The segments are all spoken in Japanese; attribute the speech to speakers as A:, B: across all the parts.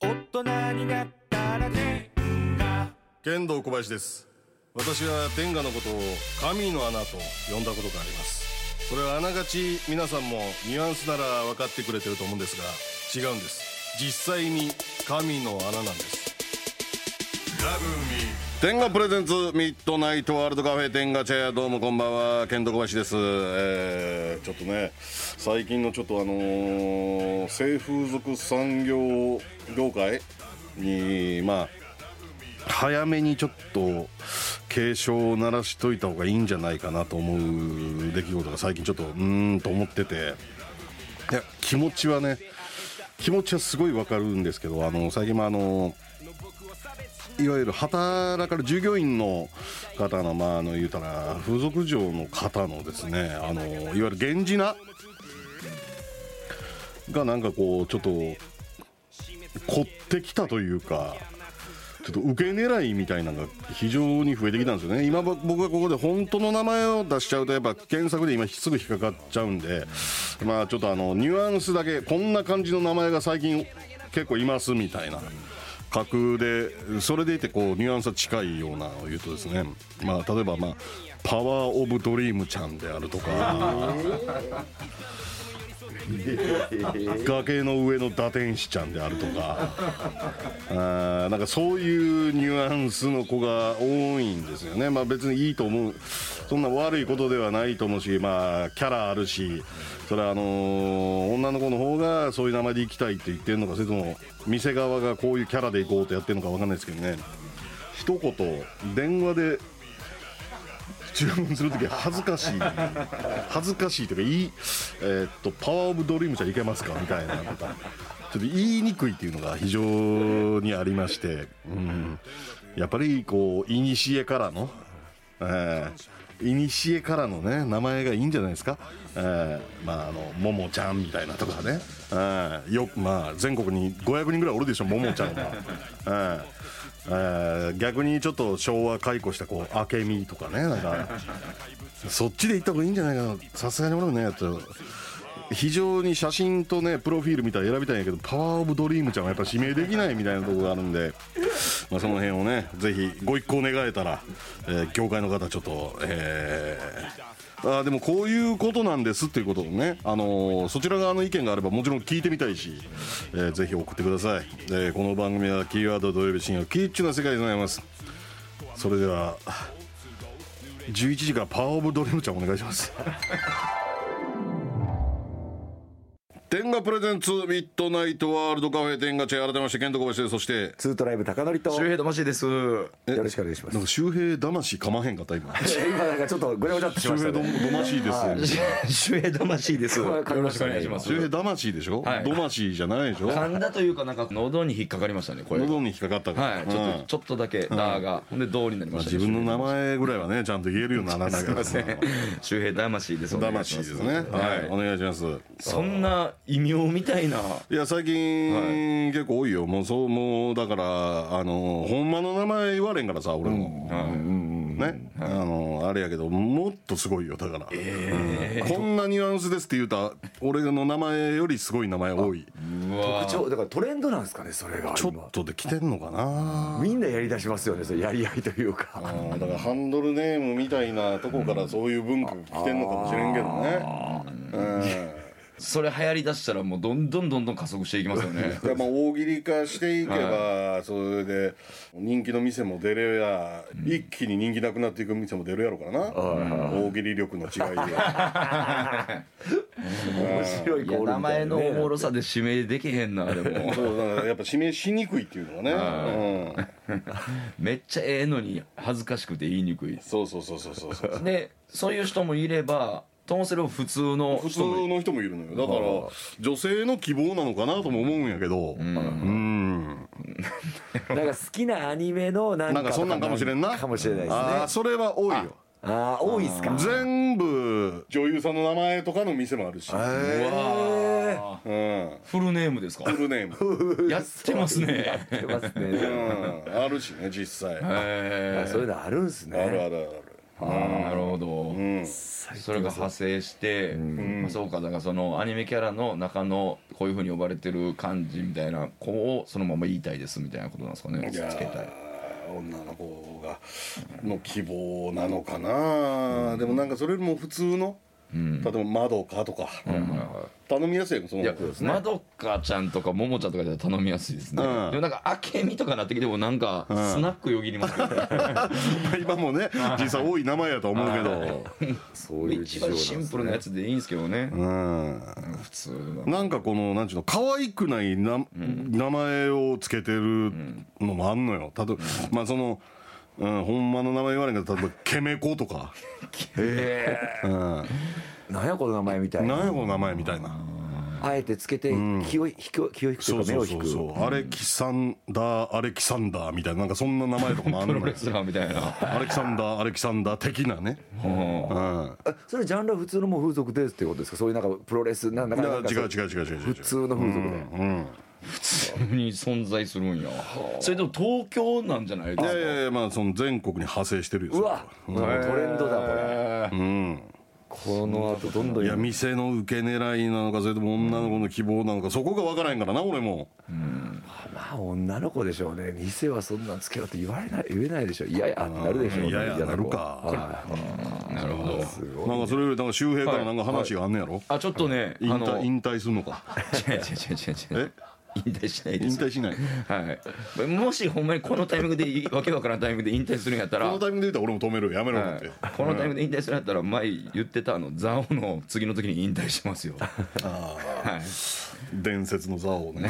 A: 人になったらね
B: 剣道小林です私は天下のことを神の穴と呼んだことがありますそれはあながち皆さんもニュアンスなら分かってくれてると思うんですが違うんです実際に神の穴なんです天下プレゼンツミッドナイトワールドカフェ天下チェアどうもこんばんは剣道小林です、えー、ちょっとね最近のちょっとあのー、性風俗産業業界にまあ早めにちょっと警鐘を鳴らしといた方がいいんじゃないかなと思う出来事が最近ちょっとうーんと思ってていや気持ちはね気持ちはすごいわかるんですけどあの最近もあのいわゆる働かれる従業員の方のまああの言うたら風俗嬢の方のですねあのいわゆる源氏名がなんかこうちょっと凝ってきたというかちょっと受け狙いみたいなのが非常に増えてきたんですよね今ぼ僕がここで本当の名前を出しちゃうとやっぱ検索で今すぐ引っかかっちゃうんでまあちょっとあのニュアンスだけこんな感じの名前が最近結構いますみたいな架空でそれでいてこうニュアンスは近いようなのを言うとですねまあ例えばまあパワーオブドリームちゃんであるとか崖の上の打天使ちゃんであるとかあーなんかそういうニュアンスの子が多いんですよね、まあ、別にいいと思う、そんな悪いことではないと思うし、まあ、キャラあるし、それはあのー女の子の方がそういう名前で行きたいって言ってるのか、それとも店側がこういうキャラで行こうとやってるのか分かんないですけどね、一言、電話で注文するとき恥ずかしい、恥ずかしいというか、いいえーっと、パワーオブドリームじゃいけますかみたいなとか。ちょっと言いにくいっていうのが非常にありまして、うん、やっぱりこう、いにしえからの、えー、いにしえからのね、名前がいいんじゃないですか、えーまあ、あの、ももちゃんみたいなとかね、えーよまあ、全国に500人ぐらいおるでしょ、ももちゃんは。えーえー逆にちょっと昭和解雇したこう明美とかねなんかそっちで行った方がいいんじゃないかなさすがに俺もねちょっと非常に写真とねプロフィールみたいなの選びたいんやけどパワーオブドリームちゃんはやっぱ指名できないみたいなとこがあるんで、まあ、その辺をねぜひご一行願えたら、えー業界の方ちょっと、えーあーでもこういうことなんですっていうことをね、あのーそちら側の意見があればもちろん聞いてみたいし、えーぜひ送ってください、えーこの番組はキーワード土曜日深夜キッチュな世界でございますそれでは11時からパワーオブドリームちゃんお願いします 天下プレゼンツミッドナイトワールドカフェ天下チェア改めまして健斗小林ですそして
C: ツートライブ高典と
D: 周平魂です。
C: よろしくお願いします
B: なんか周平魂かまへんかった今
C: 今なんかちょっとごちゃごちゃっとし
B: 周
C: ました
B: 平ど
C: ね
B: どましいです
D: 周平魂です。
C: これ
D: よ
C: 噛みま
D: ろ
C: し
D: したくお
C: ね
D: 願いします
B: 周。平魂でしょ、
D: はい
B: どましいじゃないでしょ
D: 噛んだというかなんか喉に引っかかりましたねこれ。
B: 喉に引っかかったから、
D: は
B: う
D: い。
B: ん
D: ちょっとちょっとだけダーがほんで銅になり
B: ま
D: ま
B: あ、
D: した
B: 自
D: ね。
B: 分の名前ぐらいはねちゃんと言えるようにならないから
D: 周平です。周平魂です。お願いし
B: 魂
D: ま
B: ですねはい、お
D: はい。
B: 願いします
D: そんな異名みたいな。
B: いや最近、結構多いよもうそうもうだからあのほんまの名前言われんからさ俺も、ね、あのあれやけどもっとすごいよだから、うんこんなニュアンスですって言うた俺の名前よりすごい名前多い
C: ちょだからトレンドなんですかねそれが
B: ちょ
C: 今
B: っとできてんのかな
C: みんなやりだしますよねそれやり合いというか
B: だからハンドルネームみたいなとこからそういう文化が来てんのかもしれんけどね、。
D: それ流行り出したらもうどんどんどんどん加速していきますよ ね
B: いやまあ大喜利化していけば、それで人気の店も出れや、一気に人気なくなっていく店も出るやろからな、大喜利力の違い が
C: 面白い
D: い
C: コ
D: や
C: ール
D: 名
C: みた
D: 前
C: いな
D: の
C: ね
D: おもろさで指名できへんなでも
B: そうだからやっぱ指名しにくいっていうのはね、うん、
D: めっちゃええのに恥ずかしくて言いにくい。
B: そうそうそうそうそうそう
D: でそういう人もいればともすれば普通の
B: 普通
D: 人もいる
B: の人もいるのよだから女性の希望なのかなとも思うんやけどうん
C: なんか好きなアニメのなんか
B: なんかそんなんかもしれんな
C: かもしれないですね
B: ああそれは多いよ
C: ああ多いですか
B: 全部女優さんの名前とかの店もあるし、
D: うわー
B: うん、
D: フルネームですか
B: フルネーム、
D: やってますね
C: やってます
B: う
C: ね
B: ん、あるしね実際
D: へ
C: そういうのあるんすね
B: あるあるあるある
D: なるほど、
B: うん
D: それが派生して、まあ、そうかだからそのアニメキャラの中のこういうふうに呼ばれてる感じみたいな子をそのまま言いたいですみたいなことなんですかね
B: いや
D: つけたい
B: ー女の子がの希望なのかな、でもなんかそれよりも普通の、例えば「まどか」とか、頼みやすいよその
D: いや
B: 方が
D: まどかちゃんとかももちゃんとかじゃ頼みやすいですね、
B: うん
D: でもなんかあけみとかなってきてもなんか
B: ん
D: スナックよぎりますけど、
B: 今もね実際多い名前やと思うけど
C: そういう事
D: 一
C: 情な
D: 番
C: んです、
D: シ
C: ね、
D: ンプルなやつでいいんですけどね、
B: うん
D: 普通の
B: なんかこのなんちゅうの可愛くないな、名前をつけてるのもあんのよ例えば、まあその、うん、ほんまの名前言わないけど例えば「ケメコ」とか
C: なんやこの名前みたい
B: 何
C: な
B: やこの名前みたいな。
C: あえてつけて気を引く気を引くと
B: そ
C: いう
B: う
C: か目
B: そ
C: を
B: う
C: 引
B: そ
C: く
B: うそうアレキサンダーアレキサンダーみたいななんかそんな名前とかもあん
D: プ
B: の
D: ロ
B: よ
D: レスラーみたいな、
B: アレキサンダーアレキサンダー的なね、
D: うん
B: うん、
C: えそれジャンルは普通のもう風俗ですっていうことですかそういうなんかプロレスなんだ
B: だ
C: か
B: から
C: なんか
B: ら違う違う違う違う違う
C: 普通の風俗で、
D: に存在するんやそれでも東京なんじゃないで
B: い
D: すか
B: やいやいやまあその全国に派生してるよ
C: うわもうトレンドだこれ
D: えー
C: この後どんどん
B: それはいや店の受け狙いなのかそれとも女の子の希望なのかそこが分からへんからな俺も
C: まあ女の子でしょうね店はそんなんつけろって言われない言えないでしょいやいやってなるでしょうね
B: いやいや
C: 嫌
B: な
C: 子
B: るか
C: はい
D: なるほど
B: なんかそれよりなんか周平からなんか話があんねやろ、
D: あちょっとね
B: 引
D: あ
B: 退
D: の
B: 引退するのか
D: 違う違う違う違う違う引退しないで
B: 引
D: す
B: 退しない
D: はい、もしほんまにこのタイミングでいいわけわからんタイミングで引退するんやった
B: こ
D: ら
B: のタイミングで言うたら俺も止めるよやめろ
D: は
B: って、
D: い、このタイミングで引退するんやったら前言ってたあの蔵王の次の時に引退してますよ、はい、
B: 伝説の座王ね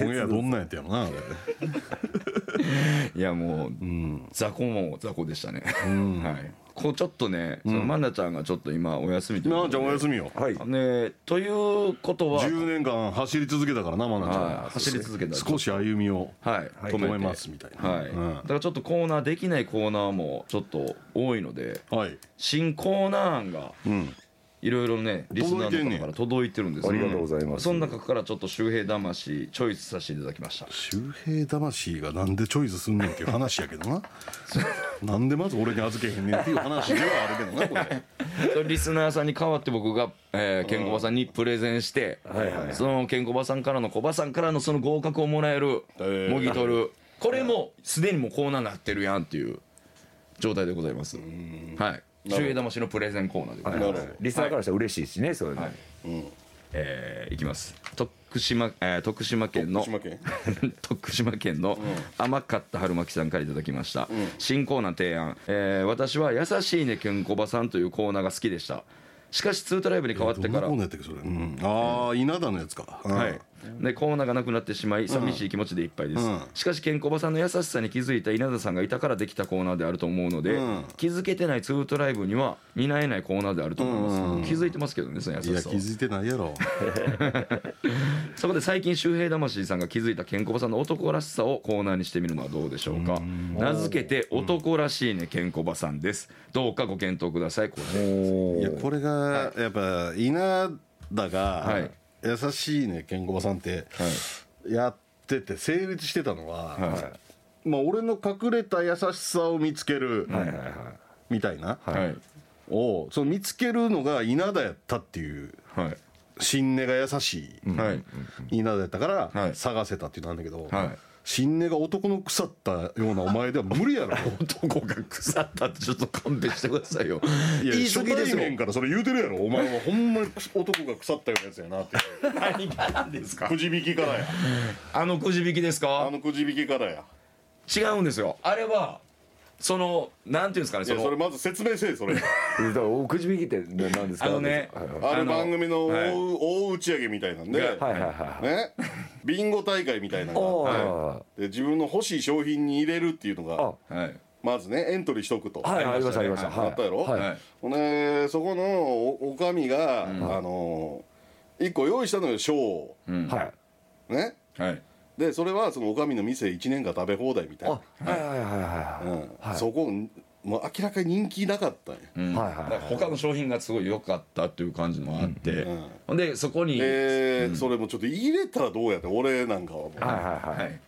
B: オンエアどんなんやったやろなあれ
D: いやもう、雑魚も雑魚でしたね、はい、こうちょっとね、そのマナちゃんがちょっと今お休みという
B: な
D: こ
B: あ
D: と
B: ちゃんお休みよ
C: はい
D: ね、ということは、
B: 10年間走り続けたからなまなちゃん、
D: はい、走り続けたら
B: 少し歩みを
D: はい、
B: 止めますみたいな
D: はい
B: うん
D: だからちょっとコーナーできないコーナーもちょっと多いので
B: はい
D: 新コーナー案が
B: うん
D: いろいろねリスナーの方から届いてるんですよ
C: ありがとうございます
D: その中からちょっと周平魂チョイスさせていただきました
B: 周平魂がなんでチョイスすんねんっていう話やけ どななんでまず俺に預けへんねんっていう話ではあるけどなこれ
D: それリスナーさんに代わって僕が、えー、ケンコバさんにプレゼンして、そのケンコバさんからのコバさんからのその合格をもらえる、
B: えー
D: もぎ取るこれもすでにもうコーナーなってるやんっていう状態でございますはい周平魂のプレゼンコーナーでございます、
C: リスナーからしたら嬉しいしねそういうの、
D: えー、いきます徳島,、えー、徳島県の
B: 福島県
D: 徳島県の甘かった春巻さんからいただきました、新コーナー提案、えー私は「優しいねけんこばさん」というコーナーが好きでしたしかし2トライブに変わっ
B: ど
D: て
B: んな
D: か
B: コ
D: ら
B: ーナーやったっけそれ、うん、ああ稲田のやつか、うん
D: はい、でコーナーがなくなってしまい寂しい気持ちでいっぱいです、
B: うん
D: しかしケンコバさんの優しさに気づいた稲田さんがいたからできたコーナーであると思うので、
B: うん
D: 気づけてないツートライブには担えないコーナーであると思います、
B: うん
D: 気づいてますけどねその優
B: い
D: し
B: や
D: さ
B: 気
D: は
B: づいてないやろ
D: そこで最近周平魂さんが気づいたケンコバさんの男らしさをコーナーにしてみるのはどうでしょうか名付けて「男らしいねケンコバさん」ですどうかご検討くださいこれ
B: いやこれがやっぱ稲田
D: は
B: が
D: い
B: 「優しいねケンコバさん」ってやってて成立してたのは、まあ、俺の隠れた優しさを見つけるみたいな、
D: はい
B: をその見つけるのが稲田やったっていう
D: はい
B: 新根が優し
D: はい
B: い稲田やったか
D: は
B: ら
D: い
B: 探せたっていうのなんだけど、
D: はい
B: 新根が男の腐ったようなお前では無理 やろ
D: 男が腐ったってちょっと勘弁してくださいよ
B: いや
D: 言 い過ぎです
B: 初対
D: よ
B: 面からそれ言うてるやろお前はほんまに男が腐ったようなやつやな って
D: 何がなんですか
B: くじ引きからや
D: あのくじ引きです
B: あ
D: か
B: のくじ引きからや
D: 違うんですよあれはそのなんていうんですかね
B: い
D: そ
B: やそ
D: の
B: れまず説明せえそれ
C: だからおくじ引きってななんですか
D: あのね
C: はいはい
B: あれ番組の
D: はい
B: 大,、大打ち上げみたいなんで、
D: はい
C: はいはいはい
B: ねビンゴ大会みたいなの
C: お
B: があっ
C: ー
B: てで自分の欲しい商品に入れるっていうのが
C: あ
D: はい
B: まずねエントリーしとくと、
C: はいありましたありました
D: あ
B: あったやろ、
C: はい
D: はい
B: ほんでそこのおおかみが、あの1個用意したのよ賞を
D: うん
C: はい
B: ね
D: はい
B: でそれはそのおかみの店1年間食べ放題みたい
C: あ
B: な、
C: はいはいはいは
B: うん
C: はい
B: そこもう明らかに人気なかったんや
D: うん
C: はいはい
D: だから他の商品がすごい良かったっていう感じもあって、
B: うんうん
D: ほんでそこに、
B: えーそれもちょっと入れたらどうやって俺なんかはもう
C: いはいはいはい
D: はい、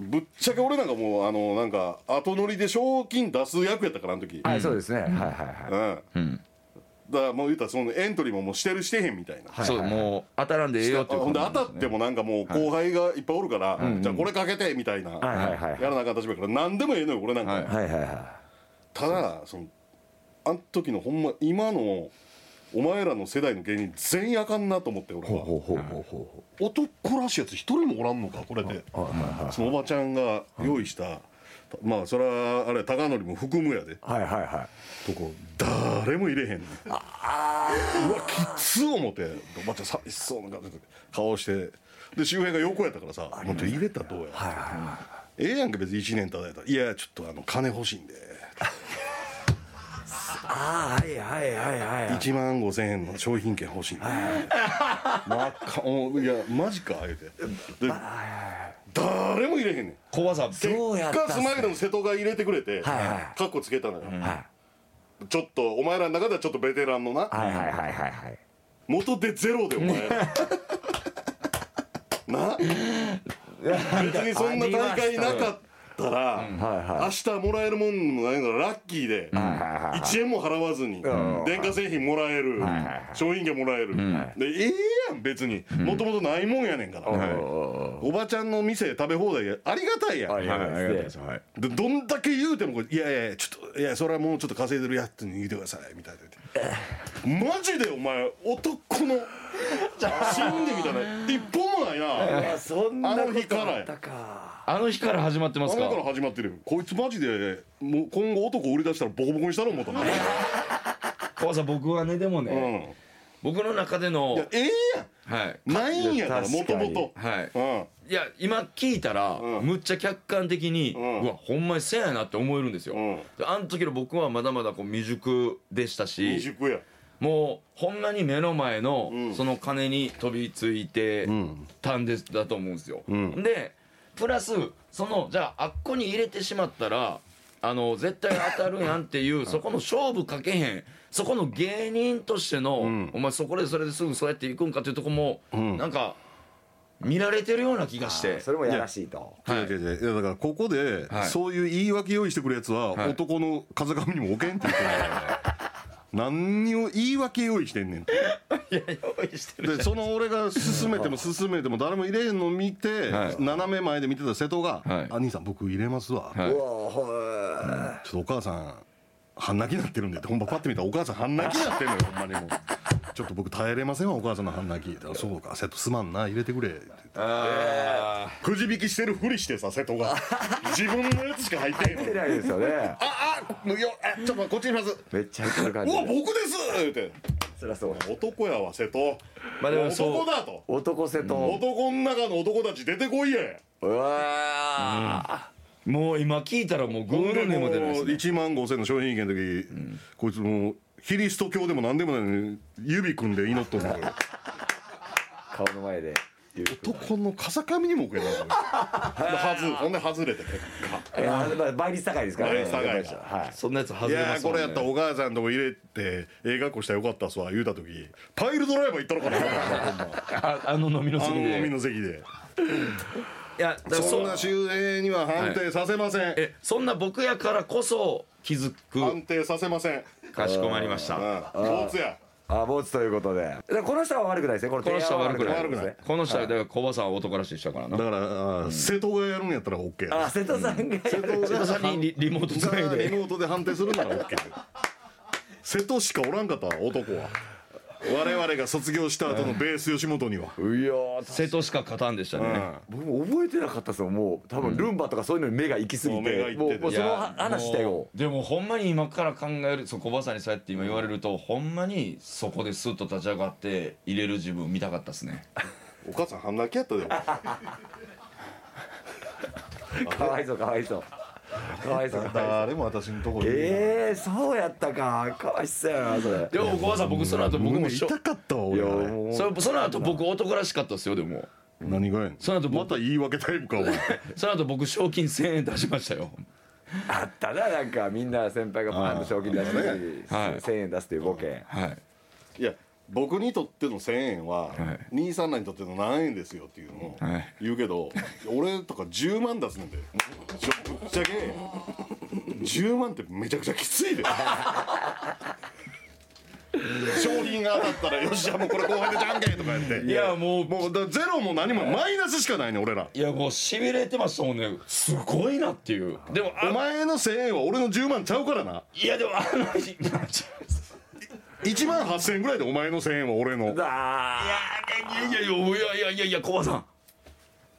B: ぶっちゃけ俺なんかもうあのなんか後乗りで賞金出す役やったからあの時、
C: はい、そうですね。はいはいは
B: うん
D: ん
B: だからもう言ったらそのエントリーももうしてるしてへんみたいな、
C: い
D: そうもう当たらんでええよっていう
B: ほんで当
D: 感じ
B: たってもなんかもう後輩がいっぱいおるから、じゃあこれかけてみたいな、
C: い。はいはいはい。
B: やらなあかん立場やから何でもええのよ俺なんか、
D: はい
C: はいはいは
B: ただそのあん時のほんま今のお前らの世代の芸人全員あかんなと思って俺
C: い。ほう
B: は
C: ほうほうほうほ
B: 男らしいやつ一人もおらんのかこれで
C: う。はいはい
B: そのおばちゃんが用意した、まあそれはあれ高則も含むやで
C: はい。はいはいはい。
B: とこ誰も入れへんねんうわきつ思っておばちゃん寂しそうな顔してで周辺が横やったからさ「もっと入れたらどうや」ええやんか別に1年ただいたら「いやちょっとあの金欲しいんで
C: ああ、はいはいはいはいはい。
B: 1万5000円の商品券欲しいんで」真っ赤おいやマジか」言うてで誰も入れへんねん
D: 怖さ
B: 結
C: そうやったっ
B: 果
C: す
B: ス
C: ね
B: マイルの瀬戸が入れてくれ
C: は
B: て
C: いは
B: カッコつけたのよ
C: はい
B: ちょっとお前らの中ではちょっとベテランのな
C: はいはいはいはいはい。
B: 元でゼロでお前 な別にそんな大会なかったら明日もらえるもんもないならラッキーで
C: はいはいはい。
B: 1円も払わずに
C: ん
B: 電化製品もらえる商品券もらえるでええやん別にもともとないもんやねんからおばちゃんの店食べ放題やありがたいやん
C: ありがたい
D: はいありがたいですはい
B: でどんだけ言うてもこれいやいやいやちょっといやそれはもうちょっと稼いでるやつに言うてくださいみたいな言ってマジでお前男の心理みたいな一本もないな
C: そん
B: なことあった
C: か。
D: あの日から始まってま
B: あ
D: す
B: の
D: か
B: から始まってるよこいつマジでもう今後男売り出したらボコボコにしたろ思ったもんうん
D: 怖さ僕はねでもね僕の中での
B: いやええ
D: はい
B: やんないんやから
C: いや
B: もと
C: 確かに
B: もと
D: はい
B: うん
D: いや今聞いたら、
B: うん
D: むっちゃ客観的に、う
B: うん
D: わほんまにせやなって思えるんですよ、
B: うん
D: であの時の僕はまだまだこう未熟でした
B: 未
D: し
B: 熟や
D: もうほんまに目の前の、
B: うん
D: その金に飛びついて
B: ん
D: たんです、だと思うんですよ、
B: うん
D: でプラスそのじゃああっこに入れてしまったらあの絶対当たるやんっていうそこの勝負かけへんそこの芸人としての、
B: ん
D: お前そこでそれですぐそうやっていくんかっていうとこも、
B: ん
D: なんか見られてるような気がして
C: それもやらしいと。
D: はい
B: 違う違う違ういやだからここで
D: はい
B: そういう言い訳用意してくるやつは
D: はい
B: 男の風上にも置けんって言ってる 何を言い訳用意してんねんって
D: いや用意して
B: でその俺が進めても進めても誰も入れへんのを見て
D: はい
B: 斜め前で見てた瀬戸が
D: はい
B: 「あ兄さん僕入れますわ
D: は
B: ち
D: い
C: おお、ほ
B: ょっとお母さん半泣きになってるんで」ってほんまパッて見たらお母さん半泣きになってんのよほんまに もうちょっと僕耐えれませんわお母さんの半泣き」ってそうか瀬戸すまんな入れてくれ」って
D: あ
B: くじ引きしてるふりしてさ瀬戸が自分のやつしか入ってへんの
C: い。出ないですよね。
B: ああよあちょっとこっちにします
C: めっちゃわかる感
B: う
C: じ
B: わ
C: で。
B: 僕です言うて
C: そりゃそう。
B: 男やわ瀬戸
D: まあでもそう
B: 男だと
C: 男瀬と。
B: 男の中の男たち出てこいや
C: うわ
D: ーもう今聞いたらもうグ
B: ほん
D: ー
B: で
D: の音も出ないですね
B: 1万5千の商品券の時、こいつもうキリスト教でも何でもないのに指組んで祈っとんのよ
C: ー顔の前で言う。
B: 男の風上にも置けないのよ はずほんで外れて結
C: いやまあ倍率高いですからね。
B: 倍率高いから
C: やっぱりはい。
D: そんなやつ
B: 果
D: 外
B: い
D: れま
B: やー
D: す
B: こ
D: もん
B: れ
D: ね
B: やったらお母さんとこ入れてええ学校したらよかったっすわ言うた時パイルドライバー行ったのかな
D: ああの飲みの
B: あ
D: 席
B: の
D: で
B: 海の席で
D: いやだから
B: そ
D: そ
B: ん
D: ん
B: な
D: な
B: 周平には判定させません、
D: えそんな僕やからこそ気づ
B: 判
D: く
B: 定させません、
D: かしこまりまし
B: うん、
D: た
B: 大津や
C: あ、ボツということで。だからこの人は悪くないですね。この
D: この人は悪くない
B: 悪くない
D: この人はだから小バさんは男らしい人やから
B: だか
D: な
B: らあー瀬戸がやるんやったら OK
C: あ、瀬戸さんがやる。
D: 瀬戸さんに リリモートつない
B: がリ
D: で
B: モートで判定するなら OK 瀬戸しかおらんかったわ男は我々が卒業した後のベース吉本には、
C: ういやー
D: 瀬戸しか勝たんでしたね
C: 僕も覚えてなかったですよもう多分ルンバとかそういうのに目が行き過ぎ
B: もう目が
C: て
B: 行
C: も
B: っ
C: う
B: てて
C: もう
D: い
C: そ
D: や
C: の話だよ
D: もうでもほんまに今から考えるそう小バさんにそうやって今言われるとほんまにそこですっと立ち上がって入れる自分見たかったですね
B: お母さん半泣きやったでお前
C: かわいそうかわいそうかわいそうかわいそう
B: 誰も私のところ
C: ええそうやったかかわいそうやなそれ
D: でも小バさん僕その後僕も
B: 胸
D: しょ
B: 痛かったわ
C: い
B: 俺
C: や
B: はね
C: もう
D: そその後僕男らしかったですよでも
B: 何がやねん
D: その後僕
B: また言い訳タイムかお前
D: その後僕賞金1000円出しましたよ
C: あったななんかみんな先輩がパーンと賞金出して
B: あー
C: 1000円出すっていうボケ
D: はい
B: いや僕にとっての1000円は、
D: は
B: 兄さんらにとっての何円ですよっていうのを
D: はい
B: 言うけど、俺とか10万出すねんでぶっちゃけ10万ってめちゃくちゃきついで 商品が当たったらよしじゃあもうこれ後輩でじゃんけんとかやってい
D: やもう
B: もうだゼロも何もマイナスしかないね俺ら
D: いやもうしびれてましたもんねすごいなっていうでもあ
B: お前の1000円は俺の10万ちゃうからない
D: やでもあの日いや
B: 1万8000円ぐらいでお前の1000円は俺の
C: だ
D: いやいやいやいやいやいや小林さん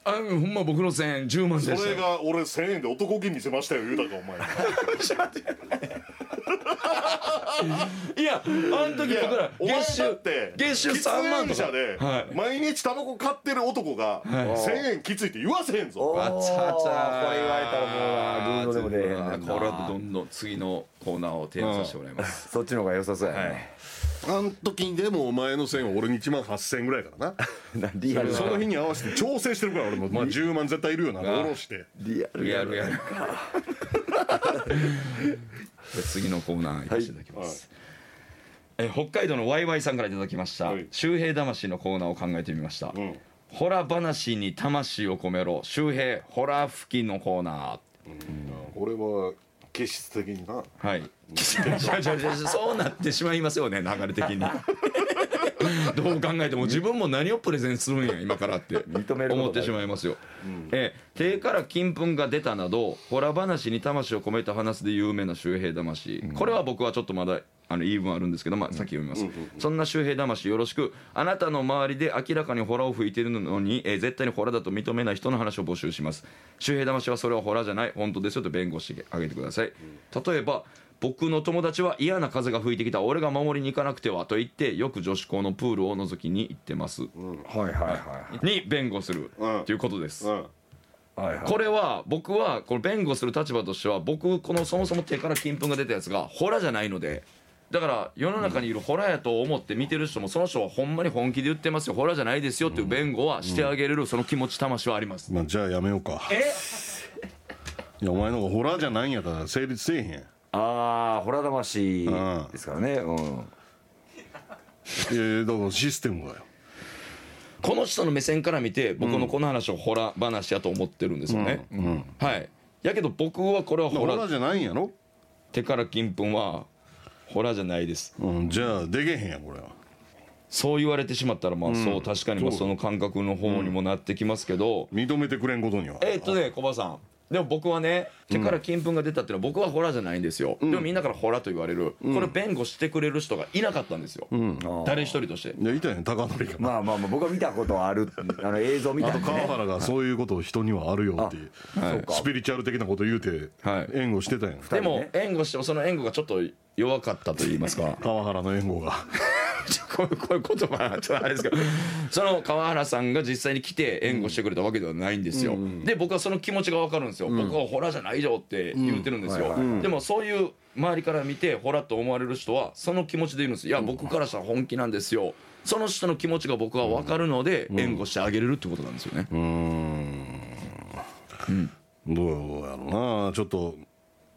D: あほんま僕の1000円10万でした
B: それが俺1000円で男気見せましたよ言うたかお前
D: いやあの時僕ら
B: お前
D: 月
B: だ
D: 収
B: って
D: 月収3万と
B: 喫煙
D: か
B: 者で
D: はい
B: 毎日タバコ買ってる男が1000円きついって言わせへんぞ
D: わちゃわちゃ
C: これ言われたらもうなどうでも出えへんねんな
D: これはどんどん次のコーナーを提案させてもらいます、
C: そっちの方が良さそうやね、
B: あの時にでもお前の1000円は俺に1万8000円ぐらいからな
C: なリアルな
B: その日に合わせて調整してるから俺もまあ10万絶対いるよな下ろして
C: リアル
D: リアルや な次のコーナー行かせていただきます、え北海道のワイワイさんからいただきました、
B: はい
D: 周平魂のコーナーを考えてみました、
B: ん
D: ホラ話に魂を込めろ周平ホラ吹きのコーナ
B: 俺は気質的にな
D: ーはい違う違う違うそうなってしまいますよね流れ的に どう考えても自分も何をプレゼンするんや今からって
C: 認めることだ
D: 思ってしまいますよ、えー手から金粉が出たなどホラ話に魂を込めた話で有名な周平魂、これは僕はちょっとまだあの言い分あるんですけど、まあ、さっき読みます、そんな周平魂よろしくあなたの周りで明らかにホラを吹いてるのに、えー絶対にホラだと認めない人の話を募集します周平魂はそれはホラじゃない本当ですよと弁護してあげてください、例えば僕の友達は嫌な風が吹いてきた俺が守りに行かなくてはと言ってよく女子校のプールを覗きに行ってます、
C: はいはいは
D: に弁護する
B: うん
D: ということです、
B: うん
C: いはいはい
D: これは僕はこの弁護する立場としては僕このそもそも手から金粉が出たやつがホラじゃないのでだから世の中にいるホラやと思って見てる人もその人はほんまに本気で言ってますよホラじゃないですよっていう弁護はしてあげれるその気持ち魂はあります、
B: まあじゃあやめようかいやお前の方がホラーじゃないんやったら成立せえへん
C: ああホラ魂ですからねうん
B: いやいやだからシステムがよ
D: この人の目線から見て僕のこの話をホラ話やと思ってるんですよね、はいやけど僕はこれは
B: ホ
D: ホ
B: ラ
D: ラ
B: ーじゃないんやろ、
D: 手から金粉はホラじゃないです
B: うん、じゃあでけへんやんこれは
D: そう言われてしまったらまあそう、確かにまあその感覚の方にもなってきますけど、
B: 認めてくれんことには
D: えーっとね小バさんでも僕はね手から金粉が出たっていうのは僕はホラじゃないんですよ、でもみんなからホラと言われる、これ弁護してくれる人がいなかったんですよ、誰一人として
B: いやいたやん高典が、
C: まあまあまあ僕は見たことあるあの映像見
B: あ
C: た
B: と
C: んで
B: 川
C: ね
B: 原がそういうことを人にはあるよっていう、スピリチュアル的なこと言うて
D: はい
B: 援護してたやん、
D: で
C: 人ね
D: も援護してもその援護がちょっと弱かったと言いますか
B: 川原の援護が
D: こういうこういう言葉はちょっとあれですけどその川原さんが実際に来て援護してくれたわけではないんですよ、で僕はその気持ちが分かるんですよ、僕はホラじゃないよって言ってるんですよ、
C: うんはいはい
D: でもそういう周りから見てホラと思われる人はその気持ちでいるんですいや僕からしたら本気なんですよその人の気持ちが僕は分かるので援護してあげれるってことなんですよね、
B: どうやろうなちょっと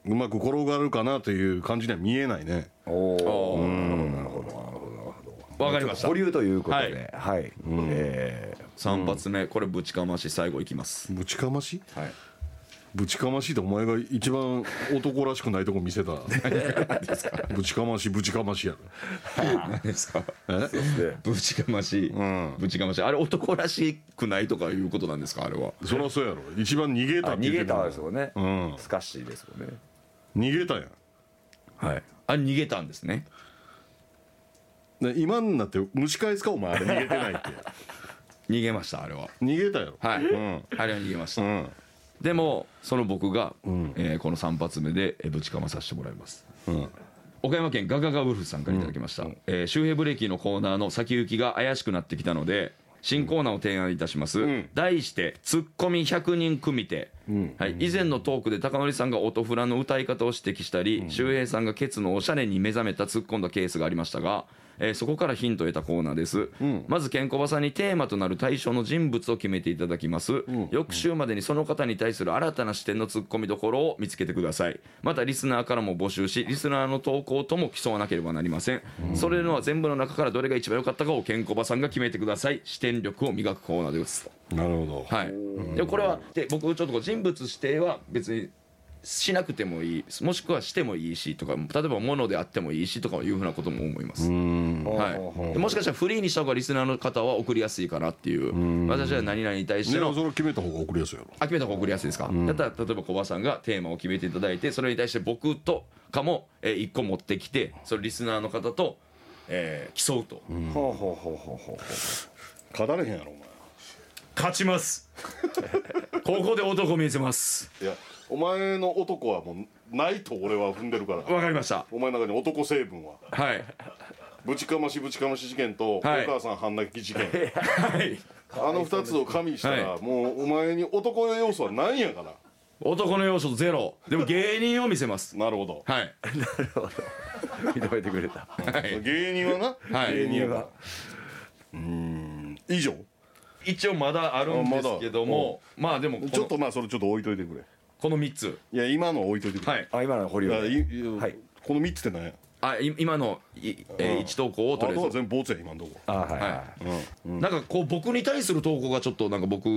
B: うまく転がるかなという感じには見えないね
C: おお
D: おー
C: なるほどなるほどなるほど
D: わかりました
C: 保留ということではいえー
D: 3発目これぶちかまし最後いきます、
B: ぶちかまし
D: はい
B: ぶちかましってお前が一番男らしくないとこ見せたぶちかましぶちかましや
D: 何ですか
B: ろえ
C: で
D: ぶちかましい、
B: ん
D: ぶちかましいあれ男らしくないとかいうことなんですかあれは
B: そりゃそうやろ一番逃げ
C: あ
B: たって
C: 逃
B: 言って
C: げた
B: た
C: ですよね
B: うん
C: スカッシーですよね
B: 逃げたやん
D: はいあれ逃げたんですね
B: ね今になって蒸し返すかお前あれ逃げて ないって
D: 逃げましたあれは
B: 逃げたやろ
D: はい、
B: うん
D: あれは逃げまし
B: う
D: た、
B: ん
D: でもその僕が、えーこの3発目でえーぶちかまさせてもらいます
B: うん
D: 岡山県ガガガウルフさんからいただきました、えー周平ブレーキのコーナーの先行きが怪しくなってきたので新コーナーを提案いたします、
B: ん
D: 題して「ツッコミ100人組手」はい、以前のトークで高典さんが音フラの歌い方を指摘したり、周平さんがケツのおしゃれに目覚めた突っ込んだケースがありましたがえーそこからヒントを得たコーナーです、
B: ん
D: まずケンコバさんにテーマとなる対象の人物を決めていただきます、翌週までにその方に対する新たな視点のツッコミどころを見つけてくださいまたリスナーからも募集しリスナーの投稿とも競わなければなりません、それのは全部の中からどれが一番良かったかをケンコバさんが決めてください視点力を磨くコーナーです
B: なるほど、
D: はい、でこれはで僕ちょっとこう人物指定は別にしなくてもいいもしくはしてもいいしとか例えば物であってもいいしとかいうふうなことも思います、
B: うん
D: はい、でもしかしたらフリーにした方がリスナーの方は送りやすいかなっていう私は何々に対して
B: でも
D: の
B: それを決めた方が送りやすいやろ
D: あ決めた方が送りやすいですか、だったら例えば小バさんがテーマを決めていただいてそれに対して僕とかも、え1個持ってきてそれリスナーの方と、えー競うと、
C: ほうほうほうほうほう
B: 勝たれへんやろお前
D: 勝ちます ここで男見せます
B: いやお前の男はもうないと俺は踏んでるから
D: わかりました
B: お前の中に男成分は
D: はい
B: ぶちかましぶちかまし事件と、
D: はい
B: お母さん半泣き事件
D: はい
B: あの2つを加味したら、
D: はい
B: もうお前に男の要素はないんやから
D: 男の要素ゼロでも芸人を見せます
B: なるほど、
D: はい
C: 認めてくれた
D: はい
B: 芸人はな、
D: はい
B: 芸人やから以上
D: 一応まだあるんですけどもまあでもこの
B: ちょっとまあそれちょっと置いといてくれ
D: この3つ
B: いや今の置いといてくれ、
D: はい
C: あ今の堀
B: いや
C: 尾
B: いいや
C: はい
B: この3つって何や
D: あい今のい、えー、1投稿を
B: あと
D: とりあえ
B: は
D: ず
B: 全部ボツや今のとこ
C: あはいはい、
D: はなんかこう僕に対する投稿がちょっとなんか僕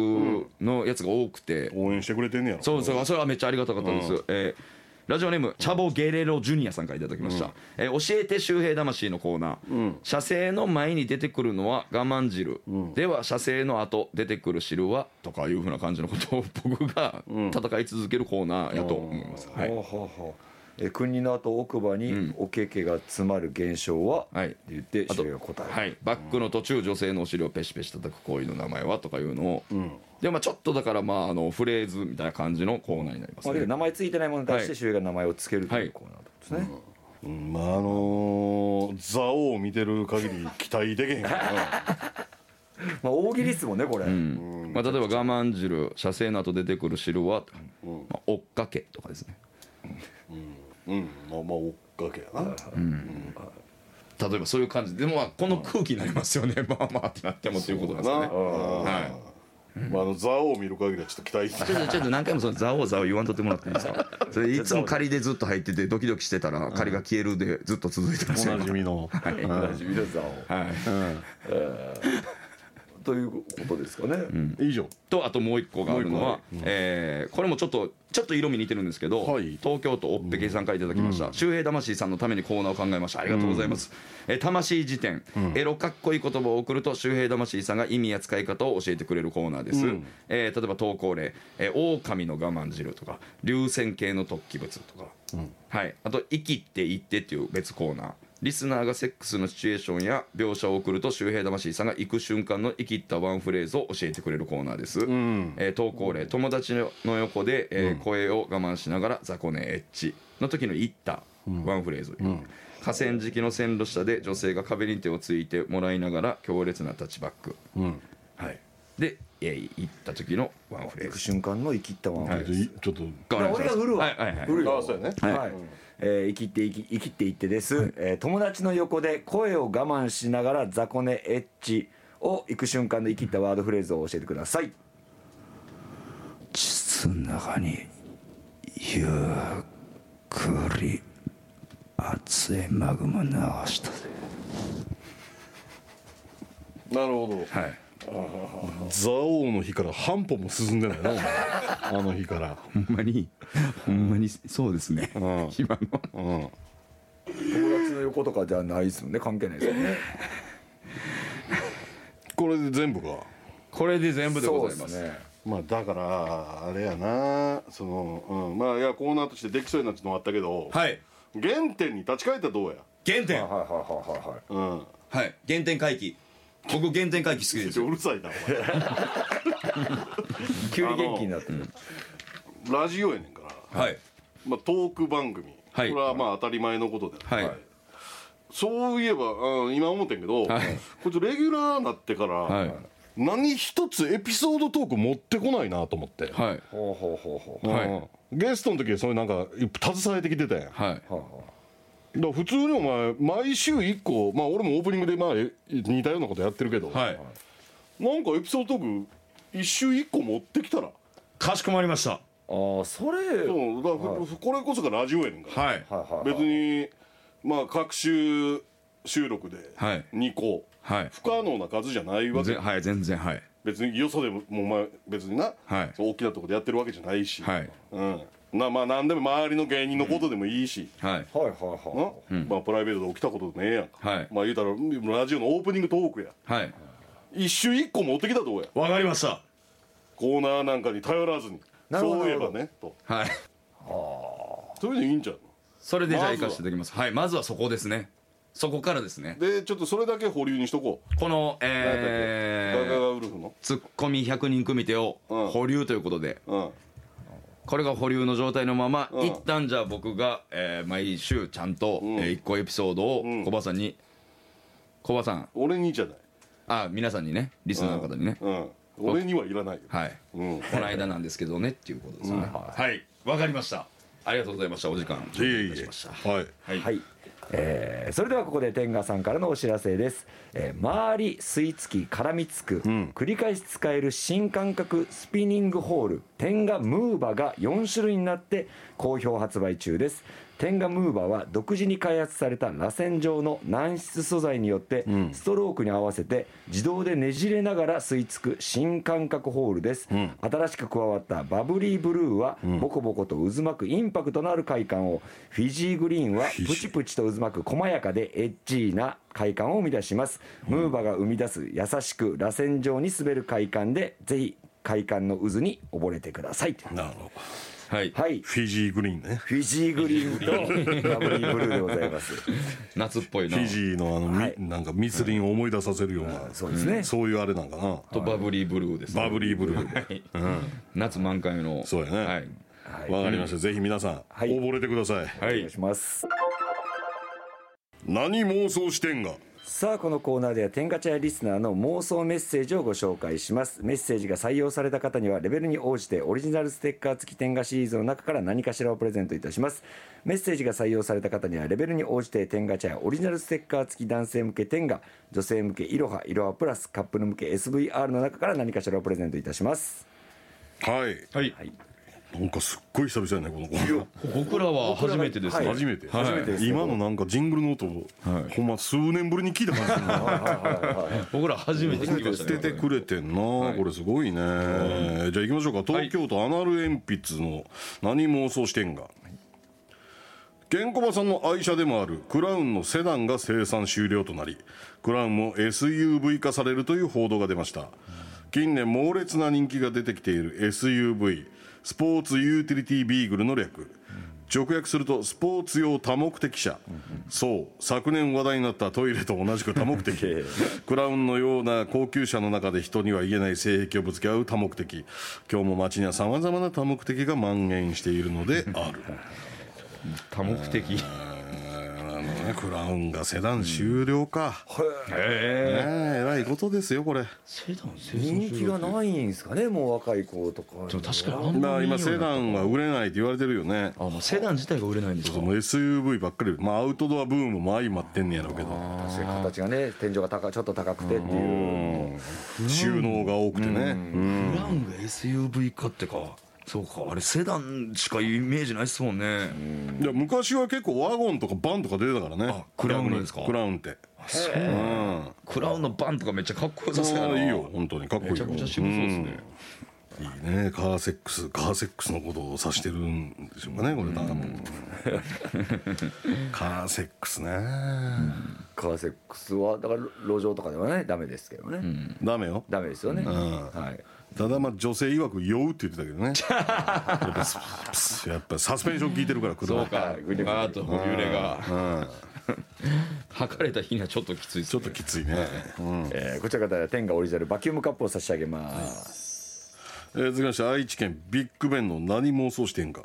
D: のやつが多くて、
B: 応援してくれてんねやろ
D: そうそうそれはめっちゃありがたかったです、えーラジオネームチャボゲレロジュニアさんからいただきました、えー教えて周平魂のコーナー、写生の前に出てくるのは我慢汁、では写生の後出てくる汁はとかいうふうな感じのことを僕が戦い続けるコーナーやと思います、はい
C: ほうほうほうえ国の後奥歯におけけが詰まる現象は、
D: はい
C: って言って
D: あと
C: 主が答える、
D: はい、バックの途中女性のお尻をペシペシ叩く行為の名前はとかいうのを、でまあちょっとだからまああのフレーズみたいな感じのコーナーになります
C: まあ、
D: ね、
C: 名前ついてないものに対し
D: は
C: て
D: い
C: 主が名前をつけると
D: はいいう
C: コーナーってことですね、
B: うんまああのー、座王を見てる限り期待できへんから な
C: まあ、大喜利ですもんねこれ、
D: まあ、例えば我慢汁写生の後出てくる汁は、まあ、追っかけとかですね
B: うんまあまあ追っかけやな
D: 例えばそういう感じででもまあこの空気になりますよね、 まあまあってなってもっていうことなんですよね
B: な
D: はい
B: まあ、あの座王を見る限りはちょっと期待して
D: ちょっとちょっと何回もそのザオザオ言わんとってもらっていいですかそれいつも仮でずっと入っててドキドキしてたら仮が消えるでずっと続いてますよ
B: おなじみの
C: 同じ皆さんを
D: はい
C: ということですかね、
B: 以上
D: とあともう一個があるの
B: もう
D: は、えーこれもちょっとちょっと色味似てるんですけど、
B: はい
D: 東京都おっぺけさんからいただきました、周平魂さんのためにコーナーを考えましたありがとうございます、えー魂辞典、エロかっこいい言葉を送ると周平魂さんが意味や使い方を教えてくれるコーナーです、えー例えば投稿例「えー狼の我慢汁」とか「流線形の突起物」とか、はい、あと「生きて言って」っていう別コーナーリスナーがセックスのシチュエーションや描写を送ると周平魂さんが行く瞬間の生きったワンフレーズを教えてくれるコーナーです、えー投稿例友達のの横で、えー声を我慢しながら「雑魚寝エッチ」の時の「行った」ワンフレーズ、河川敷の線路下で女性が壁に手をついてもらいながら強烈なタッチバック、はい、で、えー行った時のワンフレ
C: 行
D: ー
C: く
D: ズ
C: 瞬間の生きったまま、
D: はい
B: じゃあいちょっと
D: ごめんなさい
C: 俺が振るわ
D: はいはいはい
C: 振るよ
B: あそうやね
C: はい、えー生きて生き生きていってです、えー友達の横で声を我慢しながら雑魚寝エッチを行く瞬間の生きったワードフレーズを教えてください膣の中にゆっくり熱いマグマ流したぜ
B: なるほど
D: はい
B: 座王の日から半歩も進んでないなお 前あの日から
D: ほんまにほんまにそうですね、
B: ん
D: 今の
B: うん
C: 友達の横とかじゃないですもんね関係ないですもんね
B: これで全部か
D: これで全部でござ
C: そ
D: い
C: う
D: ま
C: っ
D: す
C: ね
B: まあだからあれやなその、うん、まあいやコーナーとしてできそうになってのもあったけど、
D: はい
B: 原点に立ち返ったらどうや
D: 原
C: はい
D: 点
C: はいはいはいはい
B: うん
D: はい原点回帰僕原点回帰好きです
B: ちょ
D: よ
B: うるさいなお前
C: 急に元気になってる
B: ラジオやねんから
D: はい
B: まあ、トーク番組、
D: はい
B: これはまあ当たり前のことで、
D: はい
B: そういえば、うん、今思ってんけど、
D: はい
B: こいつレギュラーなってから、
D: はい
B: 何一つエピソードトーク持ってこないなと思って、
D: はい
C: ほうほうほうほう
B: うん
D: はい
B: ゲストの時はそういうなんか携えてきてたやん
D: はい
C: は
B: だから普通にお前毎週1個まあ俺もオープニングでまあえ似たようなことやってるけど、
D: はい
B: なんかエピソードトーク1週1個持ってきたら
A: かしこまりました
E: ああそれ
B: そうだからふこれこそがラジオやねんから、
D: はい
E: はいはい
B: 別にまあ各週収録で
D: はい
B: 2個、
D: はい
B: 不可能な数じゃないわけ
D: ぜはい全然はい
B: 別によそでももうお前別にな、
D: はい
B: そう大きなとこでやってるわけじゃないし、
D: はい
B: うん、なまあ何でも周りの芸人のことでもいいし、
D: はい
E: はいはいは
B: なまあ、プライベートで起きたことでもええやんか、
D: はい
B: まあ言うたらラジオのオープニングトークや
D: はい
B: 一週一個持ってきたとこや
A: わかりました
B: コーナーなんかに頼らずに
E: なるほど
B: そういえばねと
D: はい
B: そういうのいいんちゃう
D: それでじゃあ
B: まず
D: 生
B: は
D: かしていただきますはいまずはそこですねそこからですね
B: のでちょっとそれだけ保留にしとこう、
D: このえ
B: ガガ
D: ー
B: ガウルフの
D: ツッコミ100人組手を
B: うん
D: 保留ということで
B: うん
D: これが保留の状態のまま
B: うん
D: 一旦じゃあ僕がえー毎週ちゃんと
B: ん
D: 1個エピソードを
B: ん
D: 小バさんに小バさん
B: 俺にじゃない
D: あ皆さんにねリスナーの方にね
B: うん俺にはいらないよ、
D: はい
B: うん
D: この間なんですけどねっていうことですよねはいわかりましたありがとうございましたお時間
B: いえい
D: いた
B: え
D: しました
B: はい
E: いはいえーそれではここで天賀さんからのお知らせです、えー回り吸い付き絡みつく、繰り返し使える新感覚スピニングホール天賀ムーバが4種類になって好評発売中です天賀ムーバは独自に開発された螺旋状の軟質素材によってストロークに合わせて自動でねじれながら吸い付く新感覚ホールです、新しく加わったバブリーブルーはボコボコと渦巻くインパクトのある快感をフィジーグリーンはプチプチと渦巻く細やかでエッジーな快感を生み出します、ムーバが生み出す優しく螺旋状に滑る快感でぜひ快感の渦に溺れてください
B: なるほど
D: はい
E: はい
B: フィジーグリーンね
E: フィジーグリーンとバブリーブルーでございます
D: 夏っぽい
B: フ
D: な
B: ィジーのあの、み
E: はい
B: なんか密林を思い出させるような、
E: そうですね、
B: そういうあれなんかな
D: とバブリーブルーですね
B: バブリーブルー
D: はい夏満開の
B: そうやね
D: はい
B: わかりました、ぜひ皆さん、
E: はい
B: 溺れてください
D: は
E: お願い
D: い
E: します
B: 何妄想してんが
E: さあこのコーナーでは天下茶屋リスナーの妄想メッセージをご紹介しますメッセージが採用された方にはレベルに応じてオリジナルステッカー付き天下シリーズの中から何かしらをプレゼントいたしますメッセージが採用された方にはレベルに応じて天下茶屋オリジナルステッカー付き男性向け天下女性向けいろはいろはプラスカップル向け SVR の中から何かしらをプレゼントいたします
B: はい
D: はい
B: なんかすっごい久々やねこのコーナー
D: 僕らは初めてですね
E: はい
B: 初めて、
D: はい初めて
E: です
B: 今のなんかジングルの音、ほんま数年ぶりに聞いた感じするな
D: 僕ら初めて聞きまし
B: 捨
D: た
B: て
D: ね
B: てくれてんな、
D: い
B: これすごいね、じゃあ行きましょうか東京都アナル鉛筆の何妄想してんが、ケンコバさんの愛車でもあるクラウンのセダンが生産終了となりクラウンも SUV 化されるという報道が出ました近年猛烈な人気が出てきている SUV スポーツユーティリティビーグルの略直訳するとスポーツ用多目的車そう昨年話題になったトイレと同じく多目的クラウンのような高級車の中で人には言えない性癖をぶつけ合う多目的今日も街にはさまざまな多目的が蔓延しているのである
D: 多目的
B: あのね、クラウンがセダン終了か、
D: へえ
B: ねええらいことですよこれ
D: セダン生産
E: 人
D: 中
E: 気がないんですかねもう若い子とか
D: 確かにあん
B: ま
D: ま
B: あ
D: り
B: 今セダ
D: ン
B: ンは売れないって言われてるよね
D: あもうセダン自体が売れないんですか
B: もう SUV ばっかり、まあ、アウトドアブームも相まってんねやろうけど
E: 確かに形がね天井が高ちょっと高くてっていう
B: 収納が多くてねうん
D: クラウンが SUV 化ってかそうかあれセダンしかイメージないっすもんね
B: いや昔は結構ワゴンとかバンとか出てたからね
D: あクラウンがですか
B: 逆にクラウンってうん
D: クラウンのバンとかめっちゃかっこよさそうや
B: ああ
D: ない
B: いよ本当にかっこいい
D: めち
B: よ
D: ゃくちゃ渋そうですね
B: いいねカーセックスカーセックスのことを指してるんでしょうかねこれ多分カーセックスね
E: カーセックスはだから路上とかではねダメですけどね、
B: ダメよ
E: ダメですよね、はい
B: ただまあ女性曰く酔うって言ってたけどねやっぱスプスやっぱサスペンション効いてるから車
D: そうか
E: グリップ
D: あーと揺れが測れた日にはちょっときついっす
B: ちょ
D: ね
B: っときついね、うん
E: えーこちらから天がオリジナルバキュームカップを差し上げます、
B: えー、続きまして愛知県ビッグベンの何妄想してんか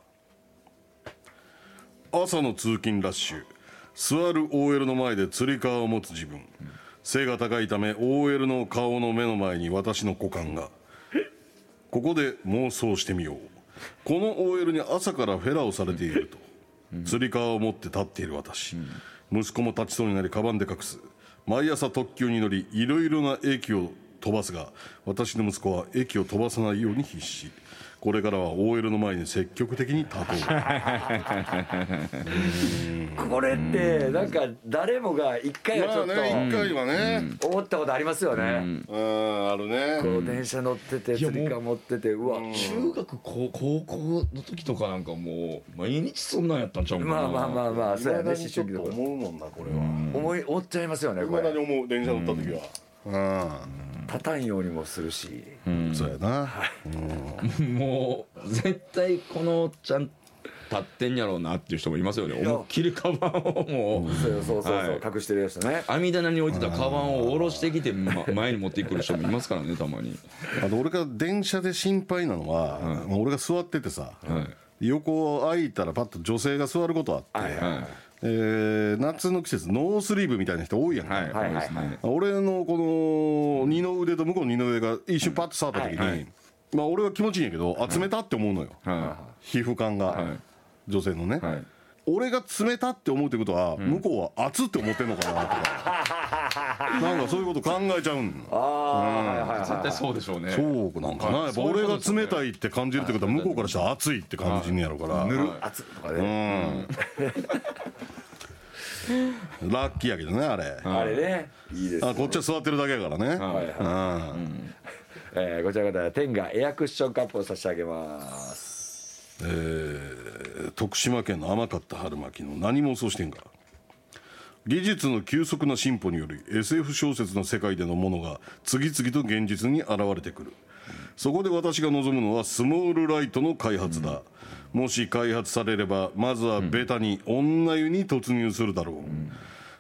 B: 朝の通勤ラッシュ座る OL の前でつり革を持つ自分背が高いため OL の顔の目の前に私の股間がここで妄想してみようこの OL に朝からフェラをされていると釣り革を持って立っている私、息子も立ちそうになりカバンで隠す毎朝特急に乗りいろいろな駅を飛ばすが私の息子は駅を飛ばさないように必死これからは OL の前に積極的に立と う
E: これってなんか誰もが一回はちょっ
B: 回はね
E: と思ったことありますよね、
B: うんあるね
E: こう電車乗ってて釣り革持っててうわ
D: 中学高高校の時とかなんかもう毎日そんなんやったんちゃうかな
E: まあまあまあまあそうやね思
B: ちょ
E: 春
B: っと
E: 期の頃
B: 思うもんなこれは
E: 思い思っちゃいますよねこ
B: 未だに
E: れ
B: 思う電車乗った時は
E: 立たんようにもするし
B: うんそうやな
D: もう絶対このおっちゃん立ってんやろうなっていう人もいますよね
E: いや
D: 思いっきりカバンをもう
E: そうそうそうそう、
D: はい
E: 隠してるやつね
D: 網棚に置いてたカバンを下ろしてきて、ま、前に持ってくる人もいますからねたまに
B: あと俺が電車で心配なのは、まあ俺が座っててさ、
D: はい
B: 横空いたらパッと女性が座ることあって、
D: は
B: えー夏の季節ノースリーブみたいな人多いやん
D: い
B: か、
D: は
E: は
D: い
E: い
D: そうですね
B: 俺のこの二の腕と向こうの二の腕が一瞬パッと触った時に、
D: はいはい
B: まあ、俺は気持ちいいんやけどあ冷たって思うのよ、
D: は
B: 皮膚感が、
D: はい
B: 女性のね、
D: いはい
B: 俺が冷たって思うってことは、向こうは熱って思ってんのかなと かなんかそういうこと考えちゃうん
E: ああ、はいはいはい
D: 絶対そうでしょうね
B: そうなんかな、やっぱ俺が冷たいって感じるってことは向こうからしたら熱いって感じねやろから、
D: る
E: 熱とかね、
B: うんラッキーやけどねあれ
E: あれねいいです
B: あこっちは座ってるだけやからね、
D: はい
E: えー、こちらの方は天がエアクッションカップを差し上げます
B: えー徳島県の甘かった春巻きの何妄想してんか技術の急速な進歩により SF 小説の世界でのものが次々と現実に現れてくるそこで私が望むのはスモールライトの開発だ、もし開発されればまずはベタに女湯に突入するだろう、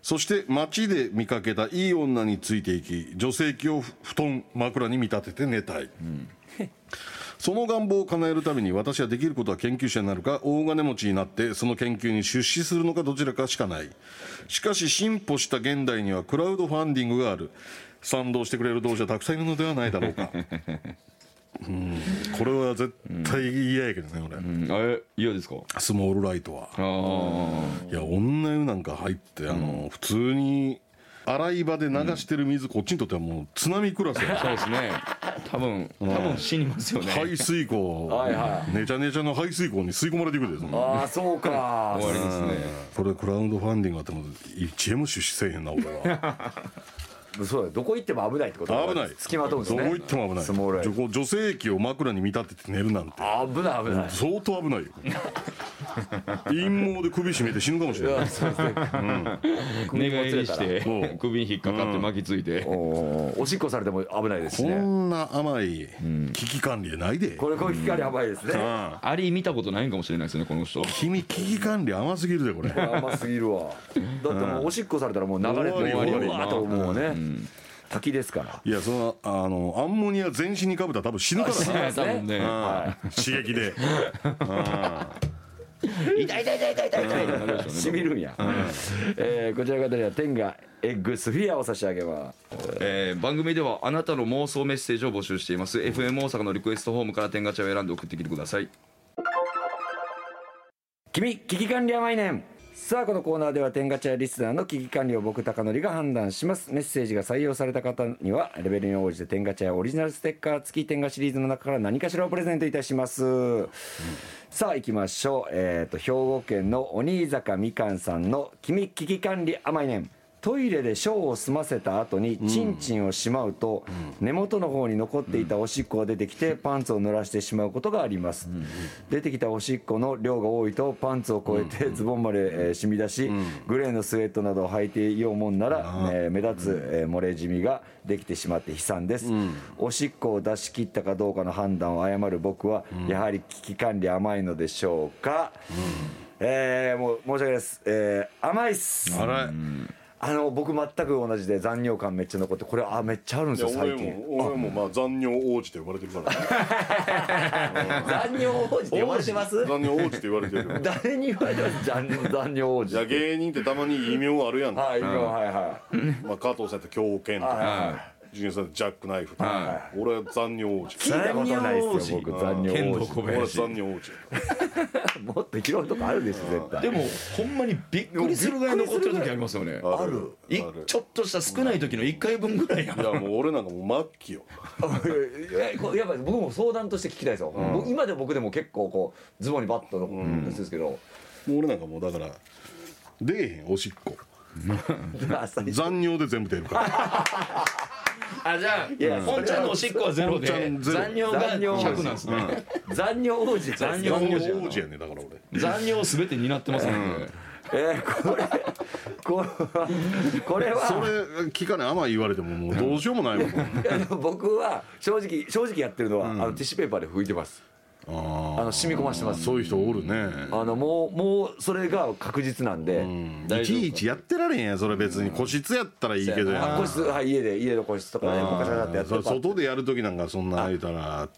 B: そして街で見かけたいい女についていき女性器を布団枕に見立てて寝たい、その願望を叶えるために私はできることは研究者になるか大金持ちになってその研究に出資するのかどちらかしかないしかし進歩した現代にはクラウドファンディングがある賛同してくれる同志はたくさんいるのではないだろうかうんこれは絶対嫌やけどね俺、
D: うんあれ嫌ですか
B: スモールライトは
D: ああ
B: いや女湯なんか入ってあの普通に洗い場で流してる水、こっちにとってはもう津波クラスや
D: そうですね多分多分死にますよね
B: 排水溝
E: はいは
B: ネチャネチャの排水溝に吸い込まれていくでそんな
E: ああそうか
D: 終わりですね
B: これクラウドファンディングあっても1円も出資せえへんな俺は
E: そうだよどこ行っても危ないってこと
B: 危ない
E: 付きまとうんですね
B: どこ行っても危ない
E: スモールライト
B: 女女性器を枕に見立てて寝るなんて
E: 危ない危ない
B: 相当危ないよ 陰謀で首絞めて死ぬかもしれない
E: やそうですね
D: 寝返りし
B: う
D: て
B: ん
D: 首に引っかかって巻きついて、
E: おーおしっこされても危ないですし
B: こ
E: ね
B: んな甘い危機管理でないで、
E: これこういう機会に甘いですね
B: うん
D: アリ見たことないんかもしれないですねこの人
B: 君危機管理甘すぎるでこれ
E: 甘すぎるわだってもうおしっこされたらもう流れて
B: 終
E: 終
B: わ
E: わ
B: り
E: り
B: 終
E: う
B: わり
E: わーと思うね滝ですから
B: いやそのあのアンモニア全身にかぶったら多分死ぬからな
E: あ
D: 多分 ね
E: は
B: 刺激で
E: い痛い痛い痛い痛い痛い痛いしみるんやえーこちらの方には天がエッグスフィアを差し上げます
D: えー番組ではあなたの妄想メッセージを募集しています FM 大阪のリクエストフォームから天ガチャを選んで送ってきてください
E: 君危機管理甘いねんさあこのコーナーでは天ガチャリスナーの危機管理を僕高則が判断しますメッセージが採用された方にはレベルに応じて天ガチャやオリジナルステッカー付き天ガシリーズの中から何かしらをプレゼントいたします、さあ行きましょうえっ、と兵庫県の鬼坂みかんさんの「君危機管理甘いねん」トイレでショーを済ませた後にチンチンをしまうと、根元の方に残っていたおしっこが出てき てパンツを濡らしてしまうことがあります、出てきたおしっこの量が多いとパンツを超えてズボンまで、えー染み出し、グレーのスウェットなどを履いていようもんなら、えー目立つ、えー漏れ染みができてしまって悲惨です、おしっこを出し切ったかどうかの判断を誤る僕は、やはり危機管理甘いのでしょうか、えーもう申し訳ないです、えー甘いっす
B: あれ
E: あの僕全く同じで残尿感めっちゃ残ってこれあめっちゃあるんですよ最近
B: 俺もまあ残尿王子と呼ばれてるから
E: 残尿王子って 呼ばれてます
B: 残尿王子って言われてる
E: 誰に言われてます残残尿王子
B: じゃあ芸人ってたまに異名あるやんか、
E: はい今はいはい
B: まあ、加藤さんやったら狂犬とか、
E: は
B: ジュニアさんジャックナイフと
D: は
B: 俺は残尿王子
C: 聞いたことないですよ
D: 残
C: 僕
B: 尿王子
C: 残尿
D: 剣
C: 王子
D: 道小
B: 俺は
D: 林
B: 残尿王子
C: もっと拾うとこあるでしょ絶対
D: でもほんまにびっくりするぐらい残ってる時ありますよね
B: あ
E: ある
D: い
B: ある
D: ちょっとした少ない時の1回分ぐらいや
B: い やもう俺なんかもう末期よ
E: えこうやっぱ僕も相談として聞きたいですよ、僕今で僕でも結構こうズボンにバッとのやつですけど、
B: もう俺なんかもうだから出えへんおしっこ
E: まあ最初
B: 残尿で全部出るから
D: あじゃ
E: や
D: あ本ちゃんのおしっこはゼロで
B: 本ちゃんゼロ
D: 残尿が
E: 残尿
D: 100なんですね
E: 残尿王子
D: 残尿
B: 残
D: 王
B: 尿
D: 子や
B: 王
D: な
B: 子やねだから俺
D: 残尿すべて担ってますもんね
E: えーこれこれはこれ
B: そ
E: は
B: れ聞かない甘い言われてももうどうしようもないもん
E: あの僕は正直正直やってるのは、あのティッシュペーパーで拭いてますあ
B: あ
E: の染み込ましてま
B: あ
E: す
B: そういう人おるね
E: あのもうもうそれが確実なんで、
B: うんいちいちやってられへんやんそれ別に個室やったらいいけどやん
E: あ個室はい家で家の個室とかね昔からってやって
B: そ
E: る
B: う外でやる時なんかそんな言うたら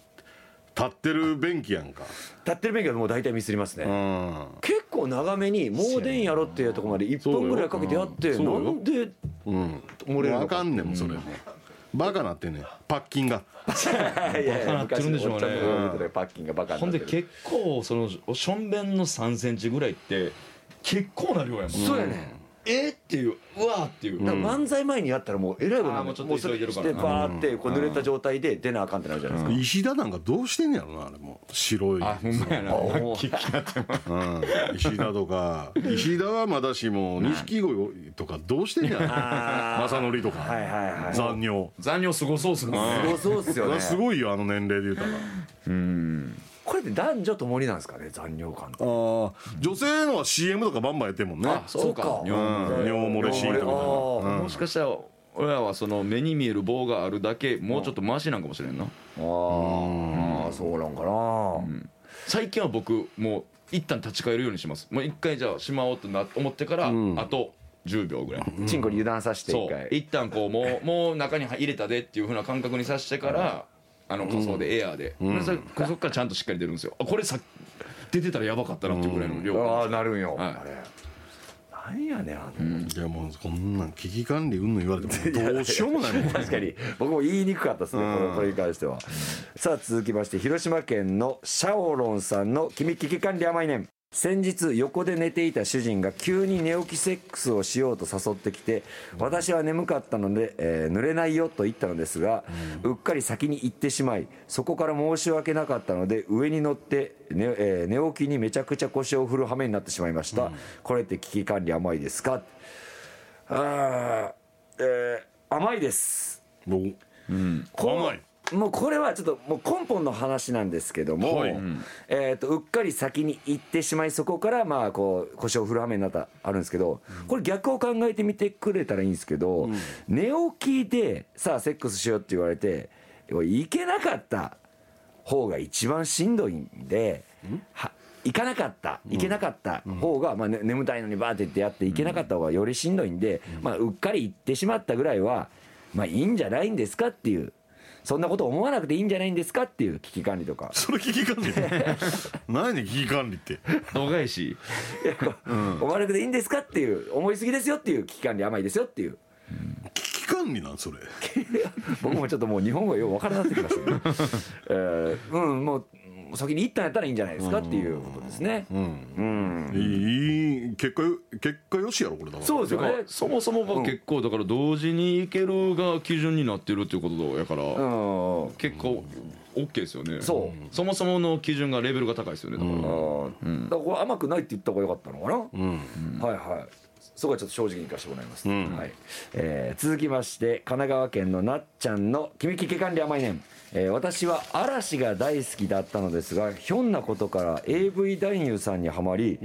B: 立ってる便器やんか
E: 立ってる免許でもう大体ミスりますね、
B: うん
E: 結構長めにもうでんやろっていうとこまで1分ぐらいかけてやって
B: そう
E: な
B: よ
E: んで
B: うん
E: 漏れるのか
B: わかんねんもんそれもバカなってんねんパッキンが
E: いやいや
D: なってるんでしょう
E: 昔の
D: ね
E: おっちゃんの言うことでパッキンがバカに
D: ほ
E: なんって
D: で
E: る
D: 結構そのしょんべんの3センチぐらいって結構な量やもん
E: そうやね、
D: えっっていううわーっていう、
E: だから漫才前にやったらもうえらいことにな
D: あーもうちょっと
E: もうそれ
D: 急いでる
E: し
D: か
E: て
D: ら
E: バーってこう濡れた状態で出なあかんってなるじゃないですか、
B: 石田なんかどうしてんねやろなあれも白い
D: あほんまやな
E: あもう
B: うん石田とか石田はまだし も錦鯉とかどうしてんねやろ
E: あー
B: 正則とか
E: はいはいはい
B: 残尿
D: 残尿すごそうっすね
E: すごそうっすよね
B: すごいよあの年齢で言うたら
E: これって男女ともになんですかね残尿感って
B: 女性のは CM とかバンバンやってんもんね
E: そうか
B: うん尿漏れシーンとか
E: あー
D: もしかしたら俺らはその目に見える棒があるだけもうちょっとマシなんかもしれんな
E: あーそうなんかな、
D: 最近は僕もう一旦立ち返るようにしますもう一回じゃあしまおうとな思ってから、あと10秒ぐらい、
E: チンコに油断させて
D: そ
E: 一
D: う
E: 回
D: 一旦こ うもうもう中に入れたでっていうふうな感覚にさしてから、あの仮想でエアーで、でそそこからちゃんとしっかり出るんですよあこれさ出てたらやばかったなっていうぐらいの量、
E: ああなるんよ、
D: はい
E: あれなんやねんあの、
B: いやもうこんなん危機管理うんぬん言 われても どうしようもないもん
E: 確かに僕も言いにくかったですね、これこれに関してはさあ続きまして広島県のシャオロンさんの「君危機管理甘いねん」先日横で寝ていた主人が急に寝起きセックスをしようと誘ってきて私は眠かったので、えー濡れないよと言ったのですが、うっかり先に行ってしまいそこから申し訳なかったので上に乗って、ねえー寝起きにめちゃくちゃ腰を振る羽目になってしまいました、これって危機管理甘いですかあー、えー甘いです
B: も
E: こう
B: 甘い
E: もうこれはちょっともう根本の話なんですけども、
B: はい
E: えー、とうっかり先に行ってしまいそこからまあこう腰を振る羽目になったあるんですけどこれ逆を考えてみてくれたらいいんですけど、寝起きでさあセックスしようって言われてこれ行けなかった方が一番しんどいんで。は行かなかった行けなかった方が、まあね、眠たいのにバーってってやって行けなかった方がよりしんどいんで、まあ、うっかり行ってしまったぐらいはまあいいんじゃないんですかっていうそんなこと思わなくていいんじゃないんですかっていう危機管理とか
B: それ危機管理 何やねん危機管理って
D: 度外視
E: 思わなくていいんですかっていう思いすぎですよっていう危機管理甘いですよ っていう
B: 危機管理なんそれ
E: 僕もちょっともう日本語よう分からなくなってき ましたね、えーうんもう先に行ったんやったらいいんじゃないですかっていうことですね、
B: いいいい結果よ結果よしやろこれだから
E: そうです
D: て
E: よ
D: か
E: ね
D: そもそも僕結構だから同時にいけるが基準になってるっていうことやから、
E: うん
D: 結構 OK ですよね
E: そう
D: そもそもの基準がレベルが高いですよねだか
E: う
D: ら、
E: んだからこれ甘くないって言った方が良かったのかな、はいはいそこはちょっと正直に行かせてもらいます、はいえー続きまして神奈川県のなっちゃんの「君危機管理甘いねん」えー私は嵐が大好きだったのですがひょんなことから AV 男優さんにはまり、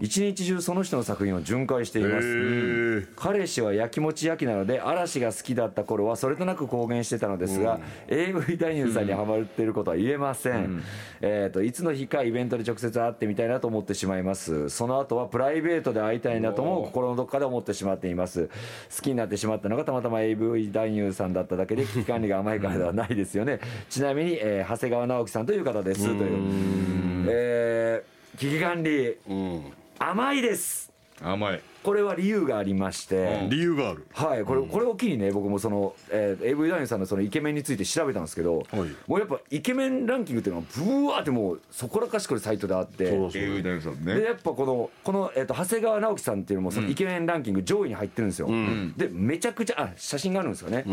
E: 一日中その人の作品を巡回しています、
B: え
E: 彼氏はやきもち焼きなので嵐が好きだった頃はそれとなく公言してたのですが、AV 男優さんにハマっていることは言えません、えー、といつの日かイベントで直接会ってみたいなと思ってしまいますその後はプライベートで会いたいなとも心のどこかで思ってしまっています好きになってしまったのがたまたま AV 男優さんだっただけ で危機管理が甘いからではないですよねちなみに、えー長谷川直樹さんという方ですというえー危機管理
B: うん
E: 甘いです
D: 甘い
E: これは理由がありまして、
B: 理由がある
E: はいこれこれを機にね僕もその、えー、AV 男優さんのそのイケメンについて調べたんですけど、
B: はい
E: もうやっぱイケメンランキングっていうのはブワーってもうそこらかしこでサイトであって
B: そうそう
D: AV ダイブさん
E: で
D: ね
E: やっぱこのこの、えっと長谷川直樹さんっていうのもそのイケメンランキング上位に入ってるんですよ、
B: ん
E: でめちゃくちゃあ写真があるんですよね、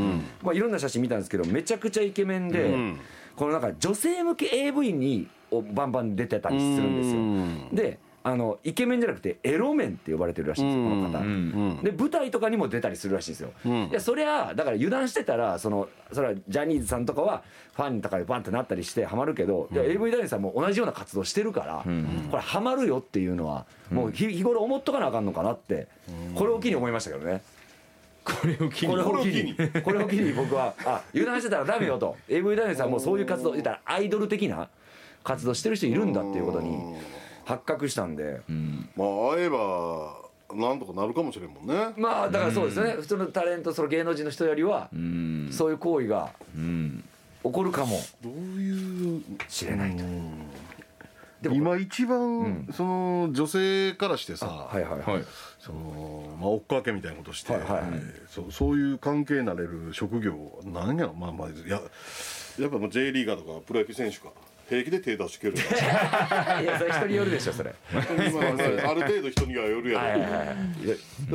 E: まあ、いろんな写真見たんですけどめちゃくちゃイケメンで、
B: ん
E: このなんか女性向け AV にをバンバン出てたりするんですよであのイケメンじゃなくてエロメンって呼ばれてるらしいんですよこの方、
D: ん
E: で舞台とかにも出たりするらしいんですよ、いやそりゃだから油断してたらそのそれはジャニーズさんとかはファンとかでバンってなったりしてハマるけど、いや AV ダイさんも同じような活動してるから、これハマるよっていうのはもう日日頃思っとかなあかんのかなって、これを機に思いましたけどね
D: これを機
E: これ
D: に
E: を機
B: 機に
E: にこれを機に僕はあ油断してたらダメよ と AV ダイさんもそういう活動言ったらアイドル的な活動してる人いるんだっていうことに発覚したんで。
B: まあ会えばなんとかなるかもしれんもんね
E: まあだからそうですね、普通のタレントその芸能人の人よりは、そういう行為が起こるかも
B: どういう
E: しれないと、でも
B: 今一番その女性からしてさ
E: はいはいはい、
D: はい
B: そのまあ追っかけみたいなことして
E: はいはいはい
B: そうそういう関係になれる職業なんやろまあまあややっぱもう J リーガーとかプロ野球選手か平気で手出しけるよ
E: いやそれ人によるでしょそれ は
B: まあまあある程度人にはよるやろ、
E: いはいはい
B: だっ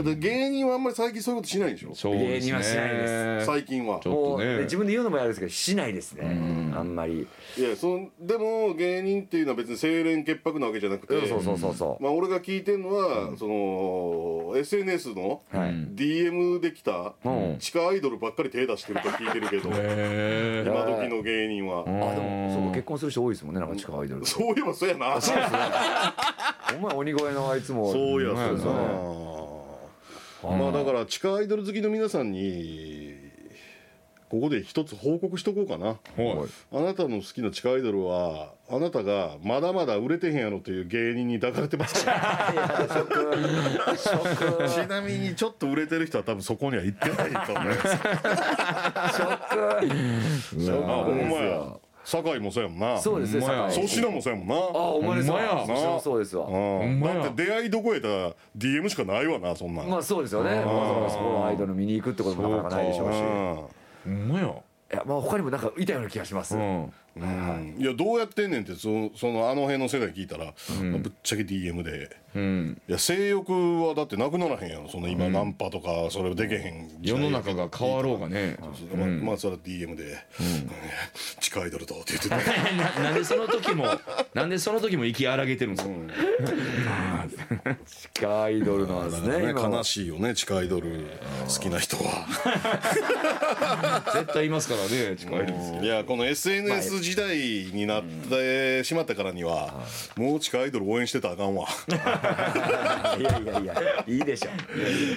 B: て芸人はあんまり最近そういうことしないでしょ
D: そうで
E: 芸人はしない
D: すね
B: 最近は
D: ちょっ
E: もう、
D: とね
E: ね自分で言うのもやるんですけどしないですね、あんまり
B: いやそのでも芸人っていうのは別に清廉潔白なわけじゃなくて
E: そうそうそうそう、
B: まあ、俺が聞いてるのは、その SNS の
E: はい
B: DM できた
E: うん
B: 地下アイドルばっかり手出してると聞いてるけ ど、
D: へ
B: 今時の芸人は、
E: あでもそうか結婚する人多いですもんねなんか地下アイドル
B: そういえばそうやなそう
E: お前鬼越のあいつも
B: いやそうやなまあだから地下アイドル好きの皆さんにここで一つ報告しとこうかな
D: えはい
B: あなたの好きな地下アイドルはあなたがまだまだ売れてへんやろという芸人に抱かれてますからちなみにちょっと売れてる人は多分そこには行ってないと思いますあほ
E: ショック
B: ん
E: です
B: まや
E: よ
B: 酒井もそうやもんな
E: そうですね
D: ほんまや
E: 酒井
B: 粗品もそうや
E: あ
B: も
E: お前です
D: ほんまや
E: わ粗品もそうですわ
B: んなうん
D: ほんまや
B: だって出会いどこへたら DM しかないわなそんなん
E: まあそうですよねわざわざそこのアイドル見に行くってこともなかなかないでしょうし
D: ほんまや
E: いやまあ他にもなんかいたような気がします、
D: うん
B: うんいやどうやってんねんってそのそのあの辺の世代聞いたら、まあぶっちゃけ DM で
D: うん
B: いや性欲はだってなくならへんやんその今ナンパとかそれでけへん時
D: 世
B: 代
D: の中が変わろうがね
B: まあまあそれは DM で「 地下アイドルと」って言ってた
D: な なんでその時もなんでその時も息荒げてるんですか
E: 地下アイドルなんですね
B: ね
E: 今は
B: 悲しいよね地下アイドル好きな人は。
D: 絶対いますからね近いです
B: いやこの SNS 時代になってしまったからには、もう地下アイドル応援してたらあかんわ
E: いやいやいやいいでしょ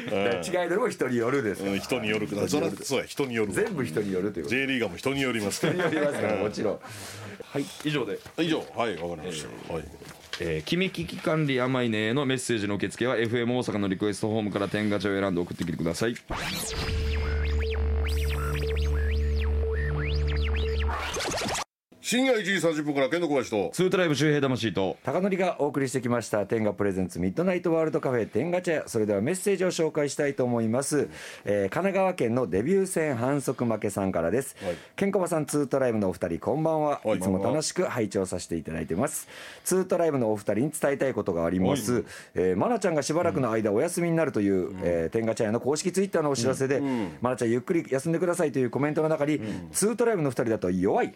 E: だから地下アイドルも人によるですか
B: うん
E: ら
B: 人によるからそらそうや人による
E: 全部人によるということ
B: J リーガーも人によりますか
E: 人に
B: ら
E: よりますからもちろん
D: はい以上で
B: 以上はいわかりました、はい
D: えー「君危機管理甘いね」のメッセージの受付は FM 大阪のリクエストホームから天ガチャを選んで送ってきてください
B: 深夜1時30分から剣の小林と
D: ツートライブ周平魂 と
E: 高典がお送りしてきました「天ガプレゼンツミッドナイトワールドカフェ天ガチャ」それではメッセージを紹介したいと思います、えー神奈川県のデビュー戦反則負けさんからです、
B: はい
E: ケンコバさんツートライブのお二人こんばんは、
B: はい
E: い、つも楽しく拝聴させていただいてますツートライブのお二人に伝えたいことがあります、えー、マナちゃんがしばらくの間お休みになるという、えー天ガチャ屋の公式ツイッターのお知らせで、マナちゃんゆっくり休んでくださいというコメントの中に、ツートライブの二人だと弱い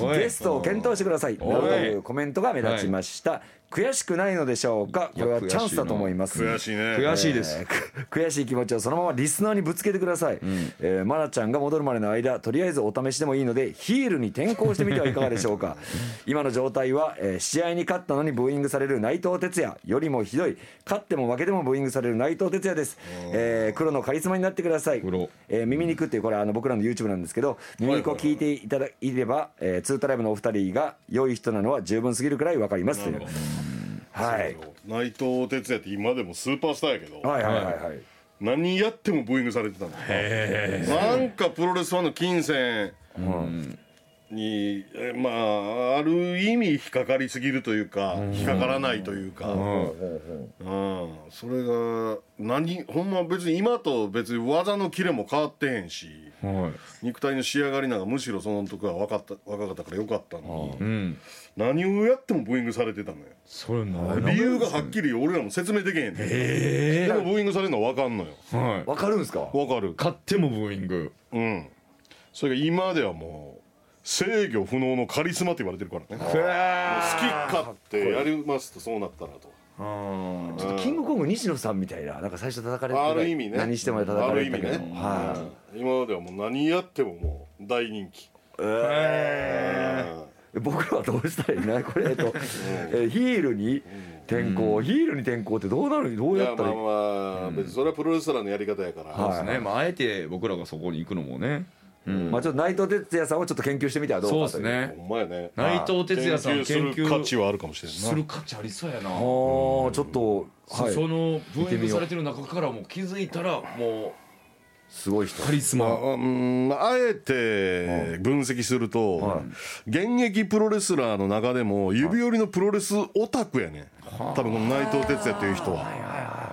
D: おい
E: ゲストを検討してくださいなどというコメントが目立ちました、悔しくないのでしょうかこれはチャンスだと思います
B: 悔しいね
D: 悔しい
E: え
D: です、
E: ーく 悔しい気持ちをそのままリスナーにぶつけてください、えー、マナちゃんが戻るまでの間とりあえずお試しでもいいのでヒールに転向してみてはいかがでしょう か今の状態は、えー試合に勝ったのにブーイングされる内藤哲也よりもひどい勝っても負けてもブーイングされる内藤哲也です、えー黒のカリスマになってください
D: 黒
E: えー、耳肉っていうこれあの僕らの YouTube なんですけど耳肉を聞いていただいれば、えー、ツートライブのお二人が良い人なのは十分すぎるくらいわかりますというはい
B: 内藤哲也って今でもスーパースターやけど
E: はいはいはいはい
B: 何やってもブーイングされてたんだなんかプロレスファンの金銭に、えまあある意味引っかかりすぎるというか、引っかからないというか、うんそれが何ほんま別に今と別に技のキレも変わってへんし
D: は
B: 肉体の仕上がりなんかむしろその時は若かった若かったからよかったの
D: い。う
B: に
D: ん。
B: 何をやってもブーイングされてたのよ
D: それな
B: 理由がはっきり俺らも説明できへんねん
D: え
B: でもブーイングされるのは分かんのよ
D: え。はい。
E: わかるんですか
B: 分かる
D: 買ってもブーイング。
B: うんそれが今ではもう制御不能のカリスマって言われてるからね
D: ふわ
B: 好き勝手やりますとそうなったらと
D: ー。
E: ちょっとキングコング西野さんみたいななんか最初叩かれて
B: ある意味ね
E: 何しても叩かれてたけ
B: ある意
E: ど
B: 味ね
E: は
B: 今まではもう何やってももう大人気
E: い僕らはどうしたらいいないこれえ っとえヒールに転向ヒールに転向ってどうなるど
B: いう
E: や
B: や
E: った
B: ま
E: ら
B: あ
E: いい
B: まあ別にそれはプロレスラーのやり方やから
D: そうです
E: はい
D: ね。まああえて僕らがそこに行くのもね。うん。
E: まあちょっと内藤哲也さんをちょっと研究してみたらどうか
D: そう
E: とい
D: ですね。
B: ほんまやね
D: 内藤哲也さ
B: 研
D: ん研
B: 究する価
D: 究
B: 値はあるかもしれん
D: す
B: ない
D: る価値ありそうやな。
E: あーちょっと
D: そ
E: はい
D: そのブーイン
E: み
D: グ
E: よう
D: されてる中からもう気づいたらも
E: すごい人
D: うカリスマ。
B: うんまああえて分析すると、現役プロレスラーの中でも指折りのプロレスオタクやね多分この内藤哲也という人は。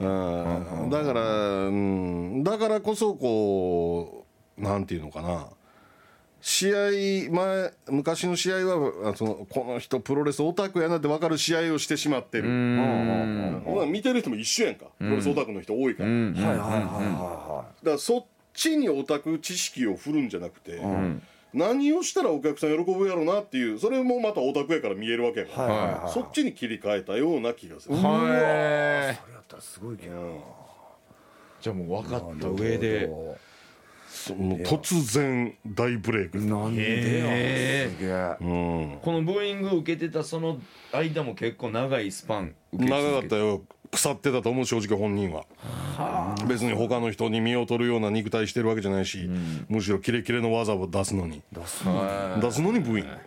B: うんだから、うん、だからこそこうなんていうのかな試合前昔の試合はあそのこの人プロレスオタクやなって分かる試合をしてしまってるうんほな見てる人も一緒やんかプロレスオタクの人多いから、
D: うん。
E: はいはいはいは
B: だからそっちにオタク知識を振るんじゃなくて、何をしたらお客さん喜ぶやろうなっていうそれもまたオタクやから見えるわけやから、
E: はいはいはい
B: そっちに切り替えたような気がする、
D: はい
E: い。やったらすごいけど
D: じゃあもう分かった上で。
B: その突然大ブレイク
E: なんで
D: へ
E: よ
D: ー
E: すげえ
B: うん
D: このブーイングを受けてたその間も結構長いスパン受け続け
B: 長かった
D: よ
B: よ腐ってたと思う正直本人は別に他の人に身を取るような肉体してるわけじゃないし、むしろキレキレの技を出すのに出すのに出すのに部員
E: あ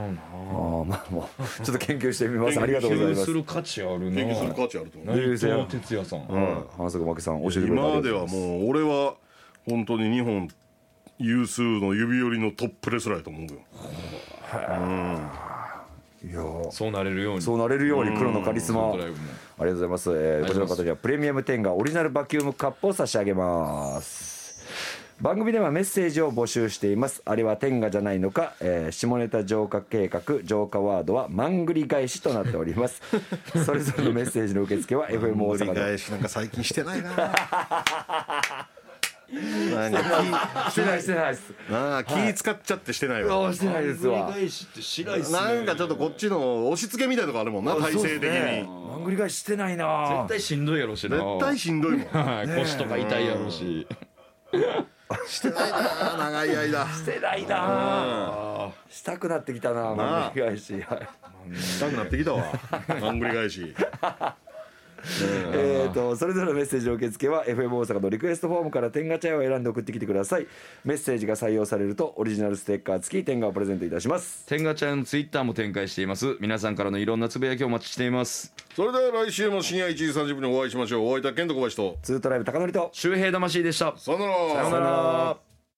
E: あまあもうちょっと研究してみますありがとうございます
D: する価値あるな
B: 研究する価値あると思う、
D: 内藤哲也さん、
E: 花坂真紀さん教えてくれて
B: 今
E: あ
B: ま
E: り
B: で
E: が
B: は
E: とう
B: もう俺は本当に日本有数の指折りのトップレスラーやと思うよ
E: いやー
D: そうなれるように
E: そうなれるように黒のカリスマあ
D: ド
E: り
D: ラ
E: が
D: イブも
E: とうございます、えーこちらの方にはプレミアム10がオリジナルバキュームカップを差し上げます番組ではメッセージを募集していますあれは天下じゃないのか、えー下ネタ浄化計画浄化ワードはマングリ返しとなっております それぞれのメッセージの受付は FM 大阪で
B: しなんか最近してない ななんか
E: してないしてないです
B: 気なあ気使っちゃってしてないわ、
E: してないですわ
D: 返しって白いっすね
B: なんかちょっとこっちの押し付けみたいなとこあるもんな体
E: そう
B: 制
E: っす
B: 的に、
E: ねマングリ返ししてないな
D: 絶対しんどいやろうしな
B: 絶対しんどいもん
D: はい 腰とか痛いやろうし
B: してないな長い間
E: してないなしたくなってきたなマングリ返しはい
B: したくなってきた わマングリ返し
E: えー、とそれぞれのメッセージの受付は FM 大阪のリクエストフォームから天ガ茶屋を選んで送ってきてくださいメッセージが採用されるとオリジナルステッカー付き天ガをプレゼントいたします
D: 天ガちゃんのツイッターも展開しています皆さんからのいろんなつぶやきをお待ちしています
B: それでは来週も深夜1時30分にお会いしましょうお会いいた健人小林と
E: ツートライブ高典と
D: 周平魂でした
B: さよなら
D: さようなら